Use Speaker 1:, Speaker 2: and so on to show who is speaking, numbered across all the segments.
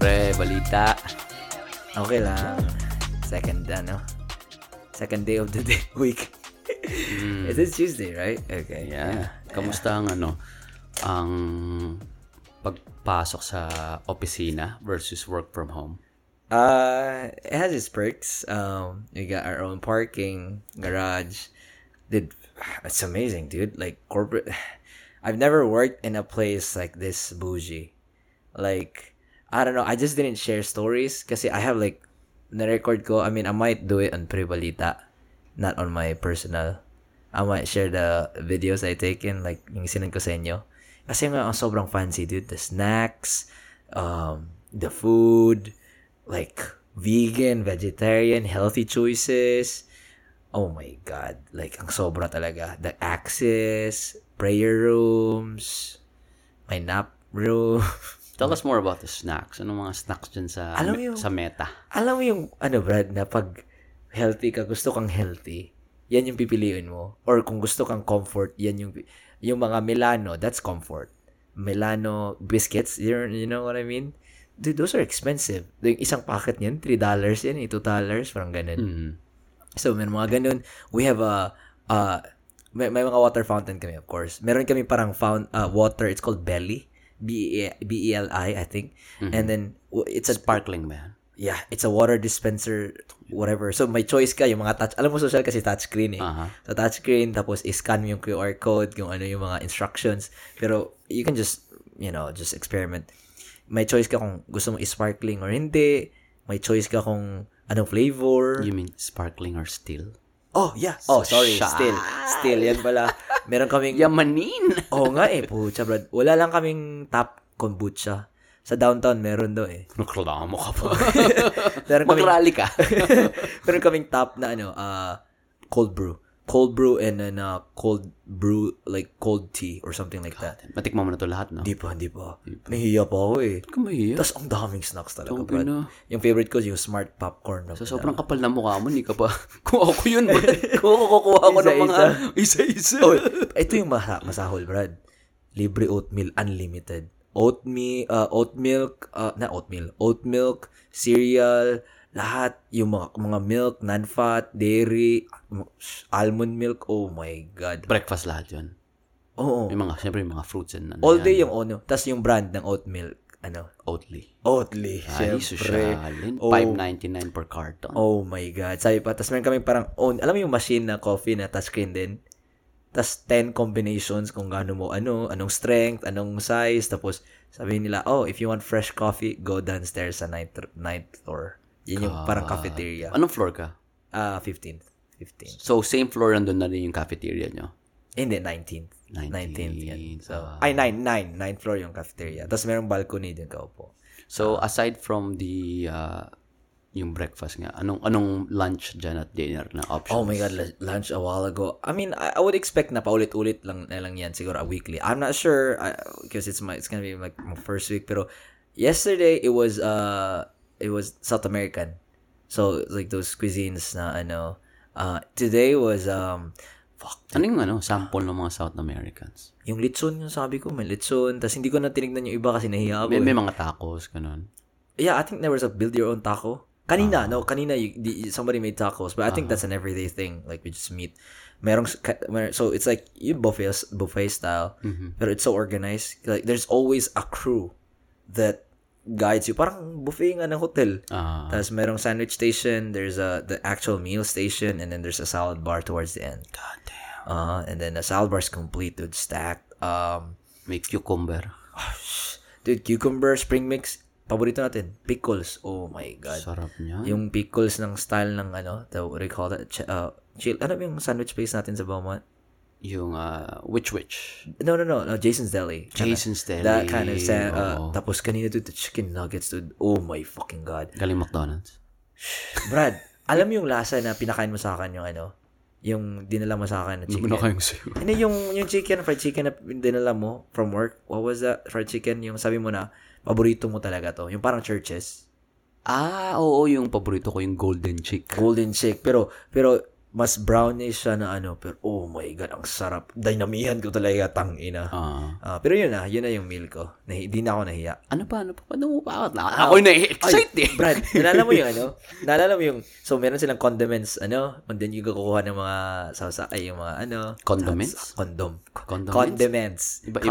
Speaker 1: Pre, balita. Okay lang. Second, ano? Second day of the day, week. It is Tuesday, right? Okay.
Speaker 2: Yeah. Kamusta ang ano, ang pagpasok sa opisina versus work from home?
Speaker 1: Uh, it has its perks. Um, we got our own parking garage. Did it's amazing, dude. Like corporate, I've never worked in a place like this bougie. Like I don't know. I just didn't share stories because I have like the record ko. I mean, I might do it on Pribalita, not on my personal. I might share the videos I taken like yung sinend ko sa inyo. Kasi nga ang sobrang fancy, dude. The snacks, um, the food, like vegan, vegetarian, healthy choices. Oh my God. Like, ang sobra talaga. The access, prayer rooms, my nap room.
Speaker 2: Tell us more about the snacks. Ano mga snacks dyan sa,
Speaker 1: Alam mo yung-
Speaker 2: sa meta?
Speaker 1: Alam mo yung, ano Brad, na pag healthy ka, gusto kang healthy, yan yung pipiliin mo. Or kung gusto kang comfort, yan yung, yung mga Milano, that's comfort. Milano biscuits, you know, you know what I mean? Dude, those are expensive. Yung isang packet niyan, $3 yan, eh, $2, parang ganun.
Speaker 2: Mm.
Speaker 1: So, may mga ganun. We have a, uh, may, may mga water fountain kami, of course. Meron kami parang found, uh, water, it's called Belly. E, B-E-L-I, I think. And then, w- it's a,
Speaker 2: Sparkling ba yan?
Speaker 1: yeah, it's a water dispenser, whatever. So, may choice ka, yung mga touch, alam mo social kasi touchscreen eh.
Speaker 2: Aha.
Speaker 1: So, touchscreen, tapos scan mo yung QR code, yung ano yung mga instructions. Pero, you can just, you know, just experiment. May choice ka kung gusto mo sparkling or hindi. May choice ka kung anong flavor.
Speaker 2: You mean sparkling or still?
Speaker 1: Oh, yeah. Oh, sorry.
Speaker 2: Social.
Speaker 1: Still. Still. Yan pala. Meron kaming...
Speaker 2: Yamanin!
Speaker 1: Oo nga eh, pucha, Brad. Wala lang kaming tap kombucha. Sa downtown, meron daw eh.
Speaker 2: Reklamo ka pa.
Speaker 1: Meron kaming,
Speaker 2: Magrally ka.
Speaker 1: meron kaming tap na ano, uh, cold brew. Cold brew and then uh, cold brew, like cold tea or something like that.
Speaker 2: Matikman mo na to lahat, no?
Speaker 1: Hindi pa, hindi pa. Nahiya pa ako eh.
Speaker 2: Kung mahiya.
Speaker 1: Tapos ang daming snacks talaga,
Speaker 2: Tangina.
Speaker 1: Brad. Yung favorite ko, yung smart popcorn. na
Speaker 2: Sa sobrang kapal na mukha mo, hindi ka pa. Kung ako yun, Brad. Kung ako kukuha ko ng mga isa-isa.
Speaker 1: Oh, ito yung masa- masahol, Brad. Libre oatmeal unlimited. Oatmeal, uh, oat milk, uh, na oatmeal, oat milk, cereal, lahat yung mga, mga milk, non-fat, dairy, almond milk. Oh my god.
Speaker 2: Breakfast lahat yun.
Speaker 1: Oo.
Speaker 2: May mga, siyempre, may mga fruits and ano
Speaker 1: All
Speaker 2: yan.
Speaker 1: day yung ono. Tapos yung brand ng oat milk, ano?
Speaker 2: Oatly.
Speaker 1: Oatly.
Speaker 2: Ay,
Speaker 1: syempre.
Speaker 2: susyalin.
Speaker 1: Oh.
Speaker 2: 5.99 per carton.
Speaker 1: Oh my God. Sabi pa, tas meron kami parang own, alam mo yung machine na coffee na touchscreen din? Tas 10 combinations kung gaano mo, ano, anong strength, anong size. Tapos sabi nila, oh, if you want fresh coffee, go downstairs sa ninth, ninth floor. Yun yung parang cafeteria.
Speaker 2: Anong floor ka?
Speaker 1: Ah, 15th. 15th.
Speaker 2: So, same floor nandun na rin yung cafeteria nyo.
Speaker 1: Hindi, 19th. 19th.
Speaker 2: 19th,
Speaker 1: yan. So,
Speaker 2: ah.
Speaker 1: ay, 9, 9. 9th floor yung cafeteria. Tapos merong balcony din ka po.
Speaker 2: So,
Speaker 1: Ah.
Speaker 2: aside from the, uh, yung breakfast nga, anong anong lunch dyan at dinner na option?
Speaker 1: Oh my god, lu- lunch a while ago. I mean, I, I would expect na paulit-ulit lang na lang yan siguro a weekly. I'm not sure because it's my it's gonna be like my first week. Pero yesterday it was uh it was South American, so like those cuisines na ano. Uh, today was um fuck
Speaker 2: Ano yung ano, sample ng mga South Americans?
Speaker 1: yung litson yung sabi ko may litson tas hindi ko na tinignan yung iba kasi nahiya ako.
Speaker 2: May,
Speaker 1: eh.
Speaker 2: may mga tacos, ganun.
Speaker 1: Yeah, I think there was a build your own taco. Kanina, no, kanina you, di- somebody made tacos, but I think that's an everyday thing. Like we just meet. Merong s- ka- mer- so it's like you buffet buffet style, but it's so organized. Like there's always a crew that guides you. Parang buffet nga ng hotel.
Speaker 2: Ah,
Speaker 1: Tapos merong sandwich station, there's a the actual meal station, and then there's a salad bar towards the end.
Speaker 2: god damn.
Speaker 1: Uh, and then the salad bar's complete, dude, stacked. Um,
Speaker 2: May cucumber.
Speaker 1: dude, cucumber, spring mix, paborito natin. Pickles. Oh my God.
Speaker 2: Sarap niya.
Speaker 1: Yung pickles ng style ng ano, the, what do you call that? Ch- uh, chill. Ano ba yung sandwich place natin sa Beaumont?
Speaker 2: Yung, uh, which which?
Speaker 1: No, no, no. no Jason's Deli. Kinda-
Speaker 2: Jason's Deli.
Speaker 1: That kind of sa- uh,
Speaker 2: oo.
Speaker 1: tapos kanina dude, the chicken nuggets dude. Oh my fucking god.
Speaker 2: Galing McDonald's.
Speaker 1: Brad, alam mo yung lasa na pinakain mo sa akin yung ano? Yung dinala mo sa akin na chicken.
Speaker 2: kayong sayo?
Speaker 1: Hindi, yung, yung chicken, fried chicken na dinala mo from work, what was that fried chicken? Yung sabi mo na, paborito mo talaga to. Yung parang churches.
Speaker 2: Ah, oo, yung paborito ko, yung golden chick.
Speaker 1: golden shake pero pero mas brownish siya na ano, pero oh my god, ang sarap. Dynamihan ko talaga, tang ina.
Speaker 2: Ah.
Speaker 1: Ah, pero yun na, yun na yung meal ko. Nahi- Hindi na ako nahiya.
Speaker 2: ano pa, ano pa? Ano pa? Na, ako na excited eh.
Speaker 1: Brad, naalala mo yung ano? Naalala mo yung, so meron silang condiments, ano? And then yung kukuha ng mga sausa, ay yung mga ano?
Speaker 2: Condiments?
Speaker 1: sa- Condom.
Speaker 2: Condiments?
Speaker 1: Condiments.
Speaker 2: Iba-ibang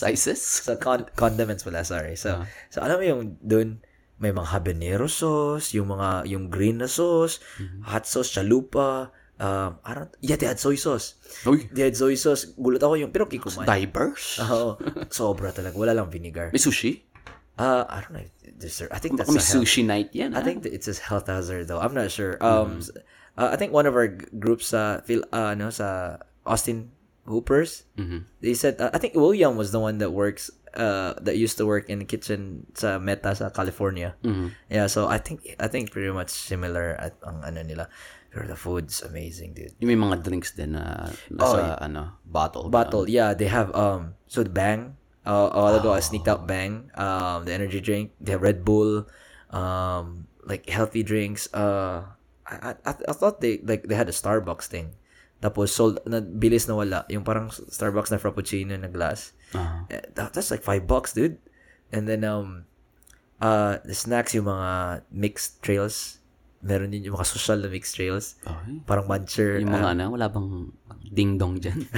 Speaker 2: ano, sizes.
Speaker 1: So, con- condiments pala, sorry. So, so alam mo yung dun, may mga habanero sauce, yung mga, yung green na sauce, hot sauce, chalupa, um, I don't, yeah, they had soy sauce.
Speaker 2: Uy,
Speaker 1: They had soy sauce. Gulat ako yung, pero kikumain.
Speaker 2: divers?
Speaker 1: Oo. sobra talaga. Wala lang
Speaker 2: Ah.
Speaker 1: vinegar.
Speaker 2: May sushi?
Speaker 1: Uh, I don't know. if Dessert. I think that's
Speaker 2: Baka may
Speaker 1: a health-
Speaker 2: sushi night yan. ah.
Speaker 1: I think it's a health hazard though. I'm not sure. Um, s- uh, I think one of our g- groups sa Phil, uh, ano, sa Austin Hoopers,
Speaker 2: Mhm.
Speaker 1: they said uh, I think William was the one that works uh that used to work in the kitchen sa Meta sa California.
Speaker 2: Mhm.
Speaker 1: Yeah, so I think I think pretty much similar at ang ano nila. Pero the food's amazing, dude.
Speaker 2: Yung may mga drinks din na nasa ano, bottle.
Speaker 1: Bottle, yeah, they have um so the Bang. Uh, a while ago, I sneaked out
Speaker 2: Oh.
Speaker 1: Bang. Um, the energy drink. They have Red Bull. Um, like healthy drinks. Uh, I, I, I thought they like they had a Starbucks thing. Tapos sold na bilis na wala. Yung parang Starbucks na frappuccino na glass.
Speaker 2: Ah.
Speaker 1: Eh, that- that's like five bucks, dude. And then um, uh, the snacks yung mga mixed trails. Meron din yung mga social na mixed trails.
Speaker 2: Okay.
Speaker 1: Parang muncher.
Speaker 2: Yung mga ano, wala bang ding-dong dyan?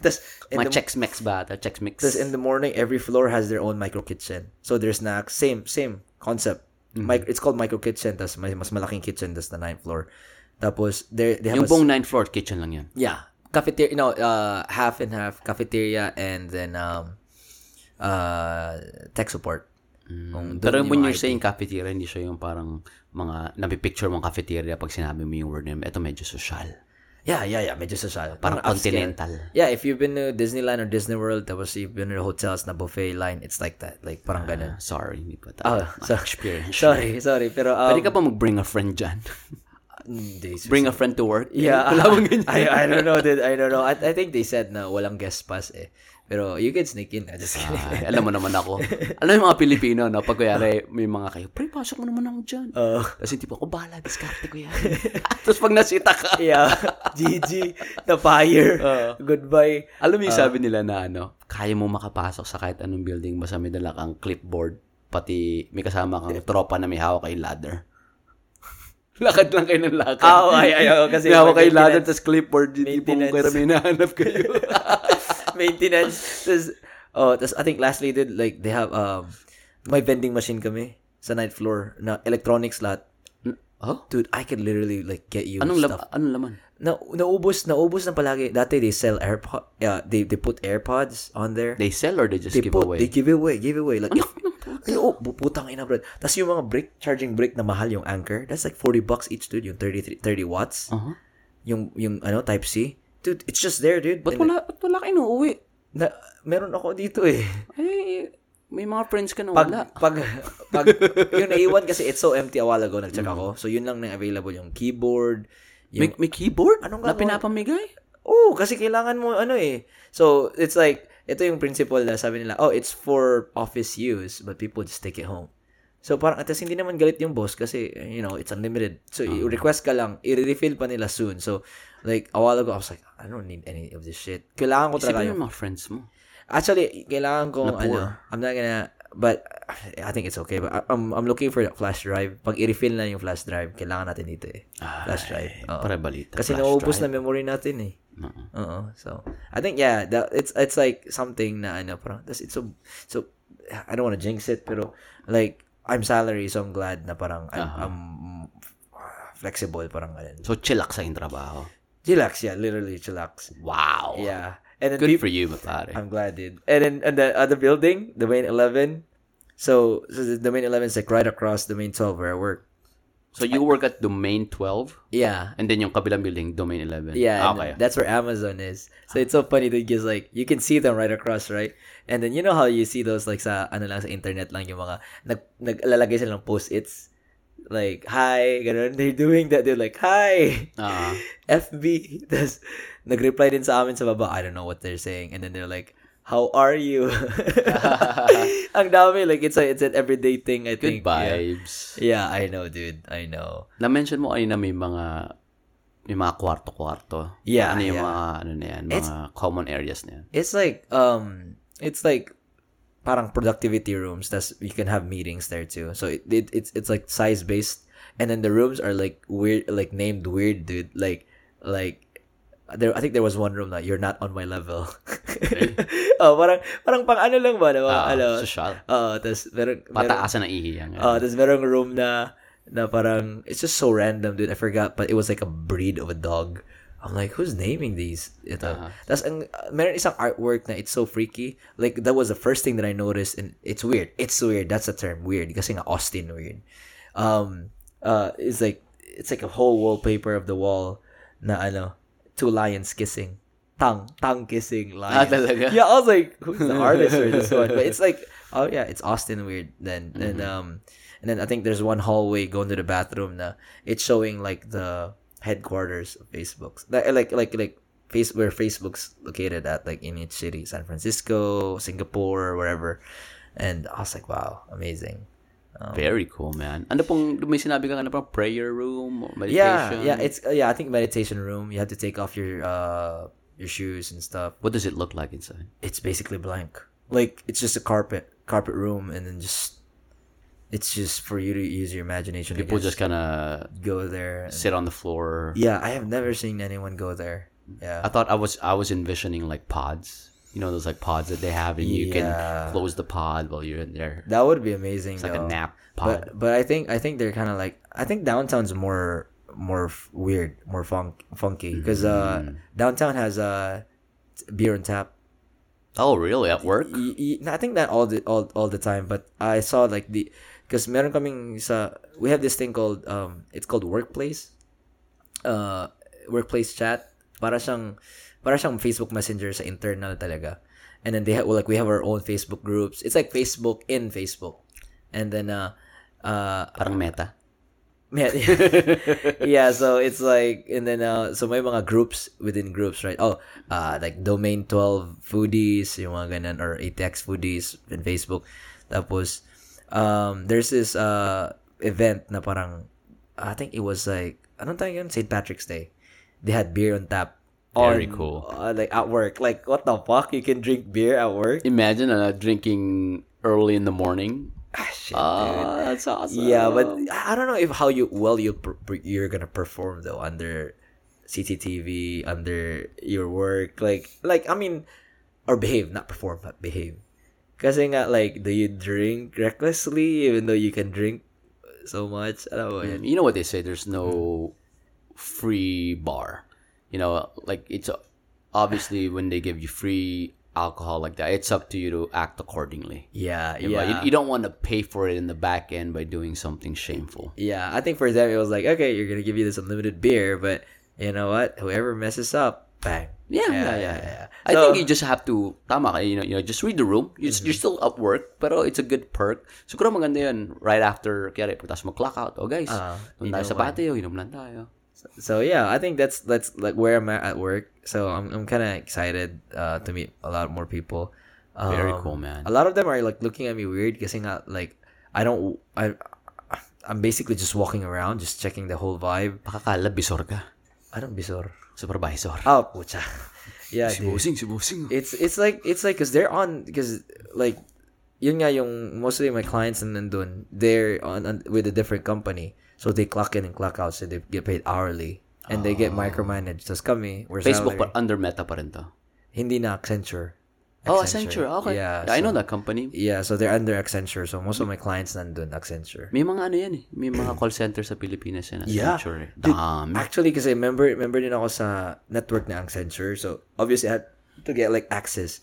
Speaker 1: Tapos, in
Speaker 2: mga
Speaker 1: the
Speaker 2: Chex Mix ba? ata? Chex Mix.
Speaker 1: Tapos in the morning, every floor has their own micro kitchen. So there's na same same concept.
Speaker 2: Mm-hmm.
Speaker 1: Mic- it's called micro kitchen. Tapos may mas malaking kitchen. Tapos the ninth floor. Tapos they they have
Speaker 2: yung
Speaker 1: a s-
Speaker 2: buong 9th floor kitchen lang yan.
Speaker 1: yeah cafeteria. You know, uh, half and half cafeteria and then um uh tech support. Kung
Speaker 2: Mm, Pero
Speaker 1: doon
Speaker 2: when
Speaker 1: yung
Speaker 2: you're
Speaker 1: IT.
Speaker 2: saying cafeteria, hindi siya yung parang mga napipicture mong cafeteria pag sinabi mo yung word na yun. Ito medyo social.
Speaker 1: yeah yeah yeah medyo social
Speaker 2: Parang
Speaker 1: upscale.
Speaker 2: continental.
Speaker 1: Yeah, if you've been to Disneyland or Disney World, tapos you've been to hotels na buffet line, it's like that. Like parang
Speaker 2: Ah,
Speaker 1: ganun.
Speaker 2: sorry, hindi pa
Speaker 1: Oh,
Speaker 2: tayo
Speaker 1: so-
Speaker 2: experience.
Speaker 1: Sorry, sorry. Pero, um,
Speaker 2: Ah,
Speaker 1: mm,
Speaker 2: Pwede ka ba mag-bring a friend dyan?
Speaker 1: hindi,
Speaker 2: Bring a friend to work?
Speaker 1: Yeah,
Speaker 2: Wala bang ganyan?
Speaker 1: I, I don't know, dude. I don't know. I, I think they said na walang guest pass eh. Pero you can sneak in.
Speaker 2: Ah.
Speaker 1: I just kidding.
Speaker 2: Ay, alam mo naman ako. Alam mo yung mga Pilipino, no? Pag
Speaker 1: Ah.
Speaker 2: kuyari, may mga kayo, pre, pasok mo naman ako dyan.
Speaker 1: Oo.
Speaker 2: Tapos yung tipo, oh, bahala, diskarte ko yan. Tapos pag nasita ka,
Speaker 1: yeah. GG. The fire.
Speaker 2: Oh.
Speaker 1: Goodbye.
Speaker 2: alam mo yung sabi nila na ano, kaya mo makapasok sa kahit anong building basta may dala kang clipboard, pati may kasama kang tropa na may hawak kay ladder. lakad lang kayo ng lakad.
Speaker 1: Ah, oh, ay, ay, oo, kasi
Speaker 2: may hawak kay
Speaker 1: pag
Speaker 2: ladder,
Speaker 1: maintenance-
Speaker 2: tapos clipboard, yung tipong
Speaker 1: maintenance.
Speaker 2: kaya may nahanap kayo.
Speaker 1: Maintenance. Tapos, oh, tapos I think lastly, dude, like they have, um, may vending machine kami sa night floor na electronics lahat.
Speaker 2: oh?
Speaker 1: Dude, I could literally like get you
Speaker 2: Anong,
Speaker 1: stuff.
Speaker 2: lab- anong laman?
Speaker 1: na naubos, naubos na palagi. Dati they sell AirPod, yeah, they they put AirPods on there.
Speaker 2: They sell or they just
Speaker 1: They
Speaker 2: give
Speaker 1: put-
Speaker 2: away?
Speaker 1: They give away, give away. Like, if- Ay, oh, bu- putang ina, bro. Tapos yung mga brick, charging brick na mahal yung Anchor, that's like 40 bucks each, dude. Yung 33, 30 watts.
Speaker 2: Uh-huh.
Speaker 1: Yung, yung ano, Type-C. Dude, it's just there, dude.
Speaker 2: Ba't
Speaker 1: And-
Speaker 2: wala, ba't wala kayo uuwi?
Speaker 1: Na, meron ako dito eh.
Speaker 2: Ay, may mga friends ka na
Speaker 1: Pag,
Speaker 2: wala.
Speaker 1: pag, pag, yung naiwan kasi it's so empty a while ago, nag-check ako. So, yun lang na available yung keyboard.
Speaker 2: may,
Speaker 1: Yung,
Speaker 2: may keyboard?
Speaker 1: Anong
Speaker 2: na
Speaker 1: gagawin?
Speaker 2: pinapamigay? Ano
Speaker 1: oh, kasi kailangan mo ano eh. So, it's like, ito yung principle na sabi nila, oh, it's for office use, but people just take it home. So, parang, atas hindi naman galit yung boss kasi, you know, it's unlimited. So, request ka lang, i-refill pa nila soon. So, like, a while ago, I was like, I don't need any of this shit. Kailangan ko
Speaker 2: Isipin
Speaker 1: talaga
Speaker 2: mo
Speaker 1: yung-
Speaker 2: yung mga friends mo.
Speaker 1: Actually, kailangan kong,
Speaker 2: Na poor.
Speaker 1: ano, I'm not gonna, but, I think it's okay. But I- I'm, I'm looking for a flash drive. Pag i-refill na yung flash drive, kailangan natin dito eh. Flash drive. Oo.
Speaker 2: Para balita.
Speaker 1: Kasi
Speaker 2: flash
Speaker 1: nauubos
Speaker 2: drive. Uh-uh.
Speaker 1: na memory natin eh.
Speaker 2: Oo.
Speaker 1: Oo. So, I think yeah, that it's it's like something na ano parang that's it's so so I don't want to jinx it pero like I'm salary so I'm glad na parang I'm,
Speaker 2: Uh-huh.
Speaker 1: I'm uh, flexible parang ganun.
Speaker 2: So, chillax sa yung trabaho.
Speaker 1: Chillax, yeah, literally chillax.
Speaker 2: Wow.
Speaker 1: Yeah. And then
Speaker 2: Good for you, pare.
Speaker 1: I'm glad, dude. And then and the other building, the main 11. So, so the main 11 is like right across the main 12 where I work.
Speaker 2: So, you work at Domain 12?
Speaker 1: Yeah.
Speaker 2: And then yung kabilang building, Domain 11?
Speaker 1: Yeah, and
Speaker 2: Okay.
Speaker 1: then that's where Amazon is. So it's so funny to because like you can see them right across, right? And then you know how you see those like sa ano lang sa internet lang yung mga nag naglalagay sila ng post-its like hi, ganun. They're doing that. They're like hi.
Speaker 2: Ah.
Speaker 1: FB. Tapos, nag-reply din sa amin sa baba, I don't know what they're saying. And then they're like, how are you? Ang dami. Like, it's, a, it's an everyday thing, I
Speaker 2: good
Speaker 1: think. Yeah.
Speaker 2: vibes.
Speaker 1: Yeah, I know, dude. I know.
Speaker 2: Na-mention mo kanina may mga yung mga kwarto-kwarto.
Speaker 1: Yeah,
Speaker 2: Ano yung
Speaker 1: yeah.
Speaker 2: mga, ano na yan, mga common areas na yan.
Speaker 1: It's like um it's like parang productivity rooms that's you can have meetings there too. So it, it it's it's like size based and then the rooms are like weird like named weird dude like like there I think there was one room that you're not on my level. oh, parang parang pang ano lang ba, diba?
Speaker 2: Ah,
Speaker 1: ano?
Speaker 2: social.
Speaker 1: Oh, tas meron meron-
Speaker 2: Pataasan ng ihi yan.
Speaker 1: Oh, there's merong room na na parang it's just so random, dude. I forgot, but it was like a breed of a dog. I'm like, who's naming these? Ito.
Speaker 2: Uh-huh.
Speaker 1: Tas ang uh, meron isang artwork na it's so freaky. Like that was the first thing that I noticed and it's weird. It's weird. That's the term, weird. Kasi nga Austin weird. Um uh it's like it's like a whole wallpaper of the wall na ano, two lions kissing. Tongue, tongue kissing
Speaker 2: Ah,
Speaker 1: lions.
Speaker 2: talaga?
Speaker 1: Yeah, I was like, who's the artist for this one? But it's like, oh yeah, it's Austin Weird. Then and um, and then I think there's one hallway going to the bathroom. Na it's showing like the headquarters of Facebook's like like like like face where Facebook's located at, like in each city, San Francisco, Singapore, wherever. And I was like, wow, amazing. Oh.
Speaker 2: Very cool, man. Ano pong, may sinabi ka na parang prayer room, or
Speaker 1: Yeah,
Speaker 2: meditation?
Speaker 1: yeah. It's uh, yeah. I think meditation room. You have to take off your uh your shoes and stuff.
Speaker 2: What does it look like inside?
Speaker 1: it's basically blank. Like it's just a carpet, carpet room, and then just it's just for you to use your imagination.
Speaker 2: People
Speaker 1: to
Speaker 2: just kind of
Speaker 1: go there. and-
Speaker 2: sit on the floor.
Speaker 1: yeah, I have never seen anyone go there. Yeah,
Speaker 2: I thought I was I was envisioning like pods. You know those like pods that they have, and you
Speaker 1: Yeah.
Speaker 2: can close the pod while you're in there.
Speaker 1: that would be amazing.
Speaker 2: It's like a
Speaker 1: though.
Speaker 2: nap pod.
Speaker 1: But but I think I think they're kind of like I think downtown's more more f- weird, more funk funky
Speaker 2: Mm.
Speaker 1: because uh downtown has uh t- beer on tap.
Speaker 2: oh, really? At work?
Speaker 1: Y- y- I think that all the all, all the time, but I saw like the because meron kaming sa we have this thing called um it's called workplace, uh workplace chat para siyang para siyang Facebook Messenger sa internal talaga, and then they have like we have our own Facebook groups. It's like Facebook in Facebook, and then uh uh
Speaker 2: Parang meta.
Speaker 1: yeah, yeah, so it's like and then uh so may mga groups within groups, right? Oh, uh like domain 12 foodies, yung mga ganun or ATX foodies in Facebook. Tapos um there's this uh event na parang I think it was like anong tawag yun? St. Patrick's Day. They had beer on tap.
Speaker 2: Very
Speaker 1: on-
Speaker 2: cool.
Speaker 1: uh, like at work. Like what the fuck? You can drink beer at work?
Speaker 2: Imagine uh, drinking early in the morning.
Speaker 1: Ah, shit, dude.
Speaker 2: Ah, that's awesome.
Speaker 1: Yeah, but I I don't know if how you well you per- per- you're gonna perform though under CCTV under your work like like I mean or behave not perform but behave. Kasi nga like do you drink recklessly even though you can drink so much? I don't know.
Speaker 2: Mm, you know what they say? There's
Speaker 1: Hmm.
Speaker 2: no free bar. You know, like it's uh, obviously when they give you free alcohol like that, it's up to you to act accordingly.
Speaker 1: Yeah,
Speaker 2: Diba?
Speaker 1: yeah.
Speaker 2: You, you don't want to pay for it in the back end by doing something shameful.
Speaker 1: yeah, I think for them it was like okay, you're gonna give you this unlimited beer, but you know what? Whoever messes up, bang.
Speaker 2: Yeah, yeah, yeah. yeah. I
Speaker 1: So-
Speaker 2: think you just have to tama ka, you know, you know, just read the room. You are
Speaker 1: Mm-hmm.
Speaker 2: still at work, pero it's a good perk. Siguro maganda 'yan right after kaya pagtas mo clock out. Oh guys,
Speaker 1: Ah,
Speaker 2: doon tayo sa patio, inom lang tayo.
Speaker 1: So yeah, I think that's that's like where I'm at at work. So I'm I'm kind of excited uh, to meet a lot more people. Um,
Speaker 2: Very cool, man.
Speaker 1: A lot of them are like looking at me weird because not like I don't I I'm basically just walking around, just checking the whole vibe.
Speaker 2: Pakakala bisor ka.
Speaker 1: I don't bisor.
Speaker 2: Supervisor.
Speaker 1: Oh, pucha. Yeah,
Speaker 2: si
Speaker 1: dude.
Speaker 2: Bosing, si Bosing.
Speaker 1: It's it's like it's like because they're on because like yun nga yung mostly my clients and nandun, they're on, on- with a different company so they clock in and clock out so they get paid hourly and they get micromanaged tas kami we're
Speaker 2: Ah. Facebook
Speaker 1: salary.
Speaker 2: pa, under Meta pa rin to.
Speaker 1: hindi na Accenture
Speaker 2: Oh, Accenture. Okay.
Speaker 1: yeah
Speaker 2: I
Speaker 1: so-
Speaker 2: know that company.
Speaker 1: yeah so they're under Accenture so most of my clients nandun Accenture
Speaker 2: May mga ano yan eh. May mga call center sa Pilipinas yan.
Speaker 1: Yeah.
Speaker 2: Accenture. eh. Dami.
Speaker 1: Actually, kasi member, member din ako sa network na ang censor. So, obviously, I had to get like access.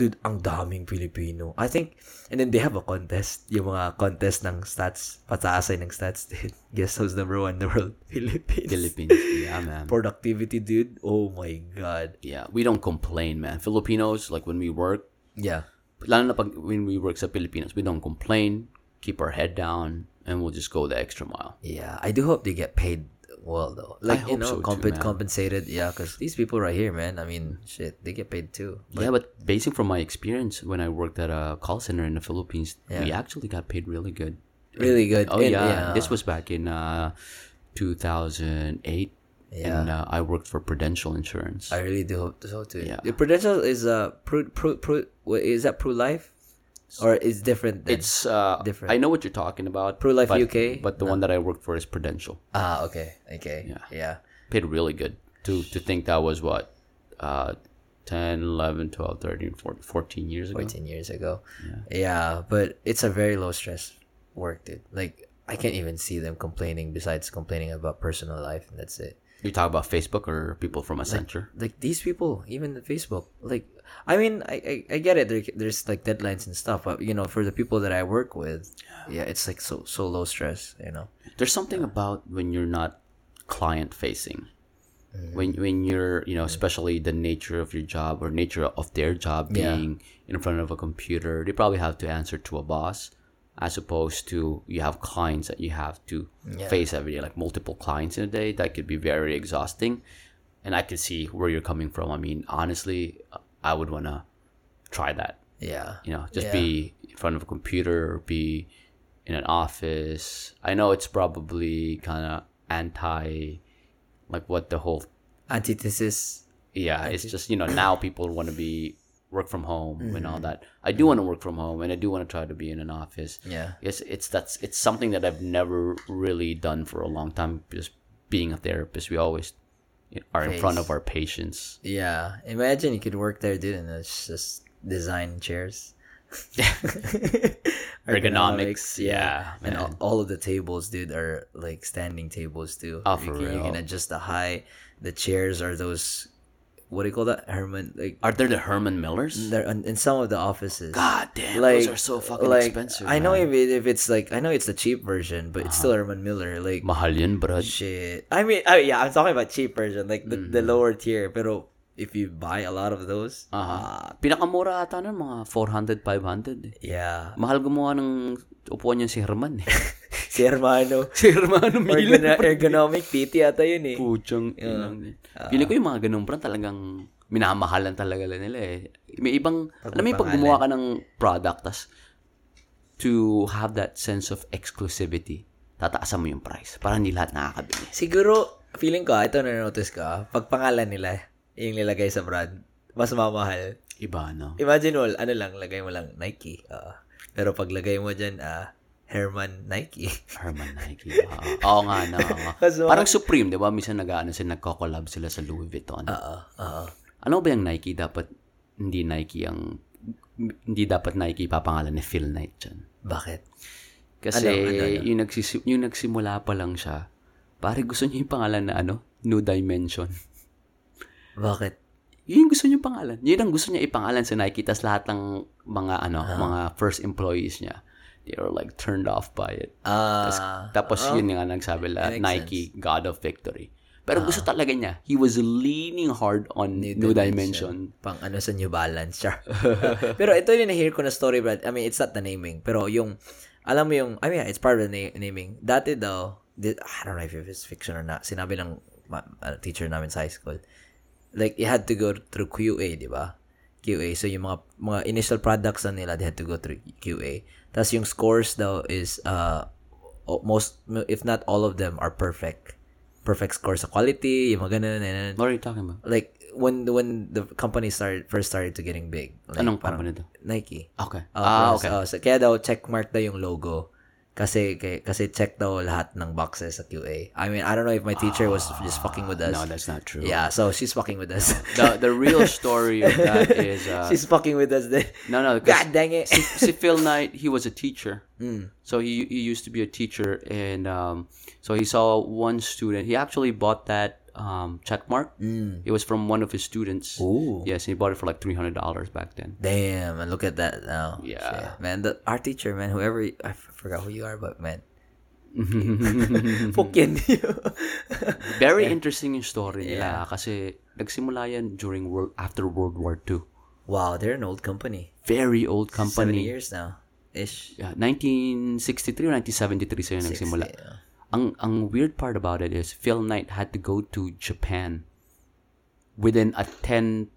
Speaker 1: Dude, ang daming Pilipino. I think, and then they have a contest. Yung mga contest ng stats, pataasay ng stats. Dude, guess who's number one in the world? Philippines.
Speaker 2: Philippines. Yeah, man.
Speaker 1: Productivity, dude. Oh my God.
Speaker 2: Yeah, we don't complain, man. Filipinos, like when we work,
Speaker 1: Yeah.
Speaker 2: lalo na pag when we work sa Pilipinas, we don't complain, keep our head down, and we'll just go the extra mile.
Speaker 1: Yeah. I do hope they get paid well, though. Like, you
Speaker 2: hope
Speaker 1: know,
Speaker 2: so too, man.
Speaker 1: compen- compensated. Yeah, because these people right here, man, I mean, shit, they get paid too. But,
Speaker 2: yeah, but basing from my experience when I worked at a call center in the Philippines, we actually got paid really good.
Speaker 1: Really good.
Speaker 2: Oh
Speaker 1: And,
Speaker 2: yeah. this was back in uh, 2008,
Speaker 1: Yeah.
Speaker 2: And uh, I worked for Prudential Insurance.
Speaker 1: I really do hope so too.
Speaker 2: Yeah.
Speaker 1: The Prudential is uh pro pro pro what- is that pro life or is different? Than?
Speaker 2: it's uh,
Speaker 1: Different.
Speaker 2: I know what you're talking about.
Speaker 1: Pro Life
Speaker 2: but-
Speaker 1: UK?
Speaker 2: But the one that I worked for is Prudential.
Speaker 1: ah okay okay
Speaker 2: Yeah.
Speaker 1: yeah
Speaker 2: Paid really good. To to think that was what, uh, 10, 11, 12, 13, 14, 14 years ago.
Speaker 1: fourteen years ago. Yeah. but it's a very low stress work, dude. Like I can't even see them complaining besides complaining about personal life and that's it.
Speaker 2: You talk about Facebook or people from Accenture?
Speaker 1: like these people, even the Facebook, like I mean, I I, I get it. There, there's like deadlines and stuff, but you know, for the people that I work with, yeah, it's like so so low stress, you know.
Speaker 2: There's something about when you're not client facing. When when you're, you know, especially the nature of your job or nature of their job
Speaker 1: Yeah.
Speaker 2: being in front of a computer, they probably have to answer to a boss as opposed to you have clients that you have to face every day, like multiple clients in a day. That could be very exhausting. And I could see where you're coming from. I mean, honestly, I would want to try that
Speaker 1: Yeah,
Speaker 2: you know just
Speaker 1: Yeah.
Speaker 2: be in front of a computer or be in an office i know it's probably kind of anti like what the whole
Speaker 1: antithesis.
Speaker 2: yeah it's just you know now people want to be work from home and all
Speaker 1: Mm-hmm.
Speaker 2: that i do want to work from home and i do want to try to be in an office
Speaker 1: Yeah,
Speaker 2: Yes, it's that's it's something that I've never really done for a long time. Just being a therapist, we always are in front of
Speaker 1: Face.
Speaker 2: our patients.
Speaker 1: yeah. Imagine you could work there, dude, and it's just design chairs.
Speaker 2: Ergonomics, yeah,
Speaker 1: and all, all of the tables, dude, are like standing tables too.
Speaker 2: Oh,
Speaker 1: you,
Speaker 2: for
Speaker 1: can, you
Speaker 2: real?
Speaker 1: can adjust the height. The chairs are those, what do you call that, Herman? Like
Speaker 2: Are there the Herman Millers?
Speaker 1: they're in, in some of the offices.
Speaker 2: Mm, God damn,
Speaker 1: like
Speaker 2: those are so fucking
Speaker 1: like,
Speaker 2: expensive.
Speaker 1: I know
Speaker 2: man. Uh-huh.
Speaker 1: if it, if it's like I know it's the cheap version, but it's still Herman Miller. Like
Speaker 2: mahal yun, bro.
Speaker 1: shit. I mean, oh yeah, I'm talking about cheap version, like the, the lower tier. Pero if you buy a lot of those,
Speaker 2: Uh. Aha. Ah, Pinakamura ata nun, mga 400, 500. Eh.
Speaker 1: yeah,
Speaker 2: Mahal gumawa ng upuan niya si Herman eh.
Speaker 1: si hermano,
Speaker 2: si Herman
Speaker 1: Ergono-
Speaker 2: Mila.
Speaker 1: ergonomic PT ata yun eh.
Speaker 2: Puchang ilang. Pili Ah. ko yung mga ganun brand talagang minamahalan talaga nila eh. May ibang, alam mo yung pag gumawa ka ng product, tas to have that sense of exclusivity, tataasan mo yung price. Para hindi lahat nakakabili.
Speaker 1: Siguro feeling ko ah, ito na notice ko, ah, pag pangalan nila yung nilagay sa brand, mas mamahal.
Speaker 2: Iba, no?
Speaker 1: Imagine all, ano lang, lagay mo lang Nike. oo. pero pag lagay mo dyan, ah, Herman Nike.
Speaker 2: Herman Nike. oo. Oo nga, no. oo nga.
Speaker 1: Kaso-
Speaker 2: Parang Supreme, di ba? Minsan nag-ano sila, nagko-collab sila sa Louis Vuitton.
Speaker 1: Oo, oo.
Speaker 2: Ano ba yung Nike dapat hindi Nike ang hindi dapat Nike papangalan ni Phil Knight dyan?
Speaker 1: Bakit?
Speaker 2: Kasi
Speaker 1: Ano, ano, ano?
Speaker 2: Yung, nagsis- yung nagsimula pa lang siya, pare gusto niya yung pangalan na ano, New Dimension.
Speaker 1: Bakit?
Speaker 2: Yun yung gusto niya pangalan. Yun ang gusto niya ipangalan sa Nike tas lahat ng mga ano,
Speaker 1: Ah.
Speaker 2: mga first employees niya. They were like turned off by it.
Speaker 1: Ah,
Speaker 2: Tapos yun nga nagsabi la,
Speaker 1: That makes Ah.
Speaker 2: Nike, God of Victory. Pero gusto talaga niya. He was leaning hard on New, Dimension.
Speaker 1: pang ano sa New Balance. Char. pero ito yung na-hear ko na story, Brad. I mean, it's not the naming. Pero yung, alam mo yung, I mean, it's part of the na- naming. Dati daw, di- I don't know if it's fiction or not, sinabi ng ma- uh, teacher namin sa high school, like, you had to go through QA, di ba? QA. So, yung mga, mga initial products na nila, they had to go through QA. Tapos, yung scores daw is, uh, o- most, if not all of them are perfect. Perfect score sa quality, yung mga ganun, ganun,
Speaker 2: What are you talking about?
Speaker 1: like when when the company started first started to getting big like
Speaker 2: Anong company to?
Speaker 1: Nike
Speaker 2: Okay.
Speaker 1: Oh,
Speaker 2: ah,
Speaker 1: first,
Speaker 2: okay.
Speaker 1: oh, so kaya daw check mark daw yung logo kasi kay- kasi check daw lahat ng boxes sa QA I mean I don't know if my teacher was just fucking with us
Speaker 2: Ah, no, that's not true.
Speaker 1: yeah so she's fucking with us
Speaker 2: The the real story of that is uh,
Speaker 1: she's fucking with us then
Speaker 2: no no 'cause-
Speaker 1: god dang it
Speaker 2: si, si Phil Knight, he was a teacher. So he he used to be a teacher, and um, so he saw one student. He actually bought that um, check mark. It was from one of his students.
Speaker 1: Ooh.
Speaker 2: Yes, he bought it for like three hundred dollars back then.
Speaker 1: damn and look at that now
Speaker 2: Yeah.
Speaker 1: Shit. man the, our teacher man whoever you- I f- forgot who you are but man fucking you
Speaker 2: Very interesting yung story nila kasi nagsimula yan during world after World War II.
Speaker 1: wow they're an old company
Speaker 2: Very old
Speaker 1: 20
Speaker 2: company.
Speaker 1: years now ish
Speaker 2: Yeah, 1963 or 1973 sila nagsimula.
Speaker 1: Yeah.
Speaker 2: ang ang weird part about it is Phil Knight had to go to Japan within a 10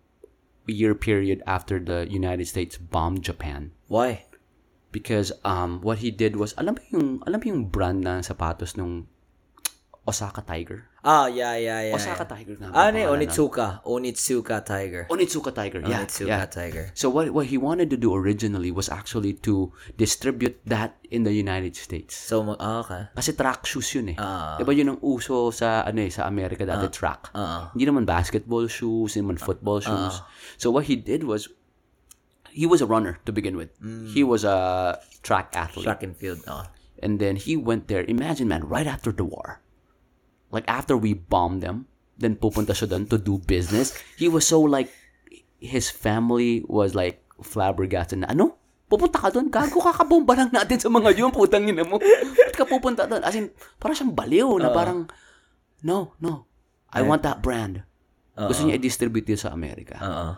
Speaker 2: year period after the United States bombed Japan
Speaker 1: why
Speaker 2: because um what he did was alam mo yung alam mo yung brand na sapatos nung Osaka Tiger.
Speaker 1: Ah, yeah, yeah, yeah.
Speaker 2: Osaka
Speaker 1: yeah.
Speaker 2: Tiger nga. ba
Speaker 1: Ano
Speaker 2: ang pangalan ng-
Speaker 1: yung Onitsuka? Onitsuka Tiger.
Speaker 2: Onitsuka Tiger. Yeah,
Speaker 1: Onitsuka
Speaker 2: yeah.
Speaker 1: Tiger.
Speaker 2: So what what he wanted to do originally was actually to distribute that in the United States.
Speaker 1: So, mag- ah, okay.
Speaker 2: Kasi track shoes yun eh.
Speaker 1: Ah.
Speaker 2: Diba yun ang uso sa ano eh, sa Amerika dati track.
Speaker 1: ah.
Speaker 2: Hindi naman basketball shoes, hindi naman football shoes. So what he did was he was a runner to begin with.
Speaker 1: Mm.
Speaker 2: He was a track athlete.
Speaker 1: Track and field. Oh.
Speaker 2: And then he went there. Imagine, man, right after the war. Like, after we bombed them, then pupunta siya dun to do business. He was so, like, his family was, like, flabbergasted na, ano? Pupunta ka dun? Gago, kakabomba lang natin sa mga yun, putang ina mo. Ba't ka pupunta dun? As in, parang siyang baliw na parang, no, no. I want that brand. Gusto niya i-distribute yun sa Amerika.
Speaker 1: Uh-uh.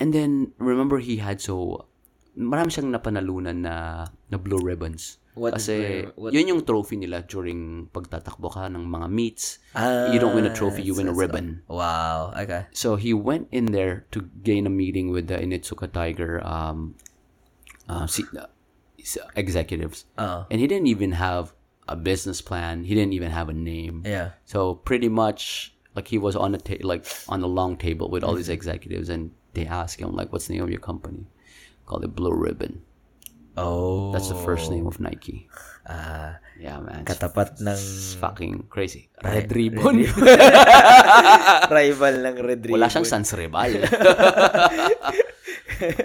Speaker 2: And then, remember he had so, marami siyang napanalunan na, na blue ribbons.
Speaker 1: What is
Speaker 2: Kasi,
Speaker 1: blue- what-
Speaker 2: yun yung trophy nila during pagtatakbo ka ng mga meets.
Speaker 1: Ah,
Speaker 2: you don't win a trophy, you
Speaker 1: it's-
Speaker 2: win a
Speaker 1: it's-
Speaker 2: ribbon.
Speaker 1: Wow. Okay.
Speaker 2: So, he went in there to gain a meeting with the Initsuka Tiger um, uh, si- uh, s- executives.
Speaker 1: Uh-uh.
Speaker 2: And he didn't even have a business plan. He didn't even have a name.
Speaker 1: Yeah.
Speaker 2: So pretty much, like he was on a ta- like on a long table with all these executives, and they asked him like, "What's the name of your company?" Called it Blue Ribbon.
Speaker 1: Oh.
Speaker 2: That's the first name of Nike.
Speaker 1: Ah,
Speaker 2: Yeah, man. It's,
Speaker 1: katapat ng
Speaker 2: it's fucking crazy. Mm. Red Ribbon.
Speaker 1: rival ng Red Ribbon.
Speaker 2: Wala siyang sans rival.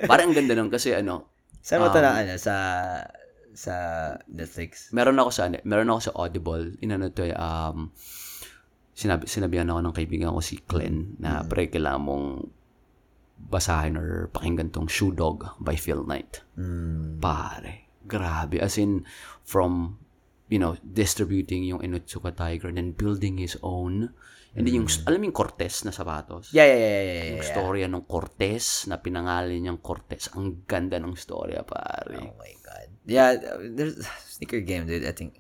Speaker 2: Parang ang ganda nun kasi ano,
Speaker 1: Saan mo ito na, ano, sa, sa Netflix?
Speaker 2: meron ako sa ano, meron ako sa Audible, inano to eh, um sinabi sinabihan ako ng kaibigan ko si Glenn na pre kailangan mong basahin or pakinggan tong Shoe Dog by Phil Knight. Pare, grabe. As in, from, you know, distributing yung Inotsuka Tiger then building his own. And then yung, alam mo yung Cortez na sapatos?
Speaker 1: Yeah, yeah, yeah, yeah,
Speaker 2: Yung
Speaker 1: yeah.
Speaker 2: storya ng Cortez na pinangalan niyang Cortez. Ang ganda ng storya, pare.
Speaker 1: Oh my god. Yeah, there's sneaker game, dude. I think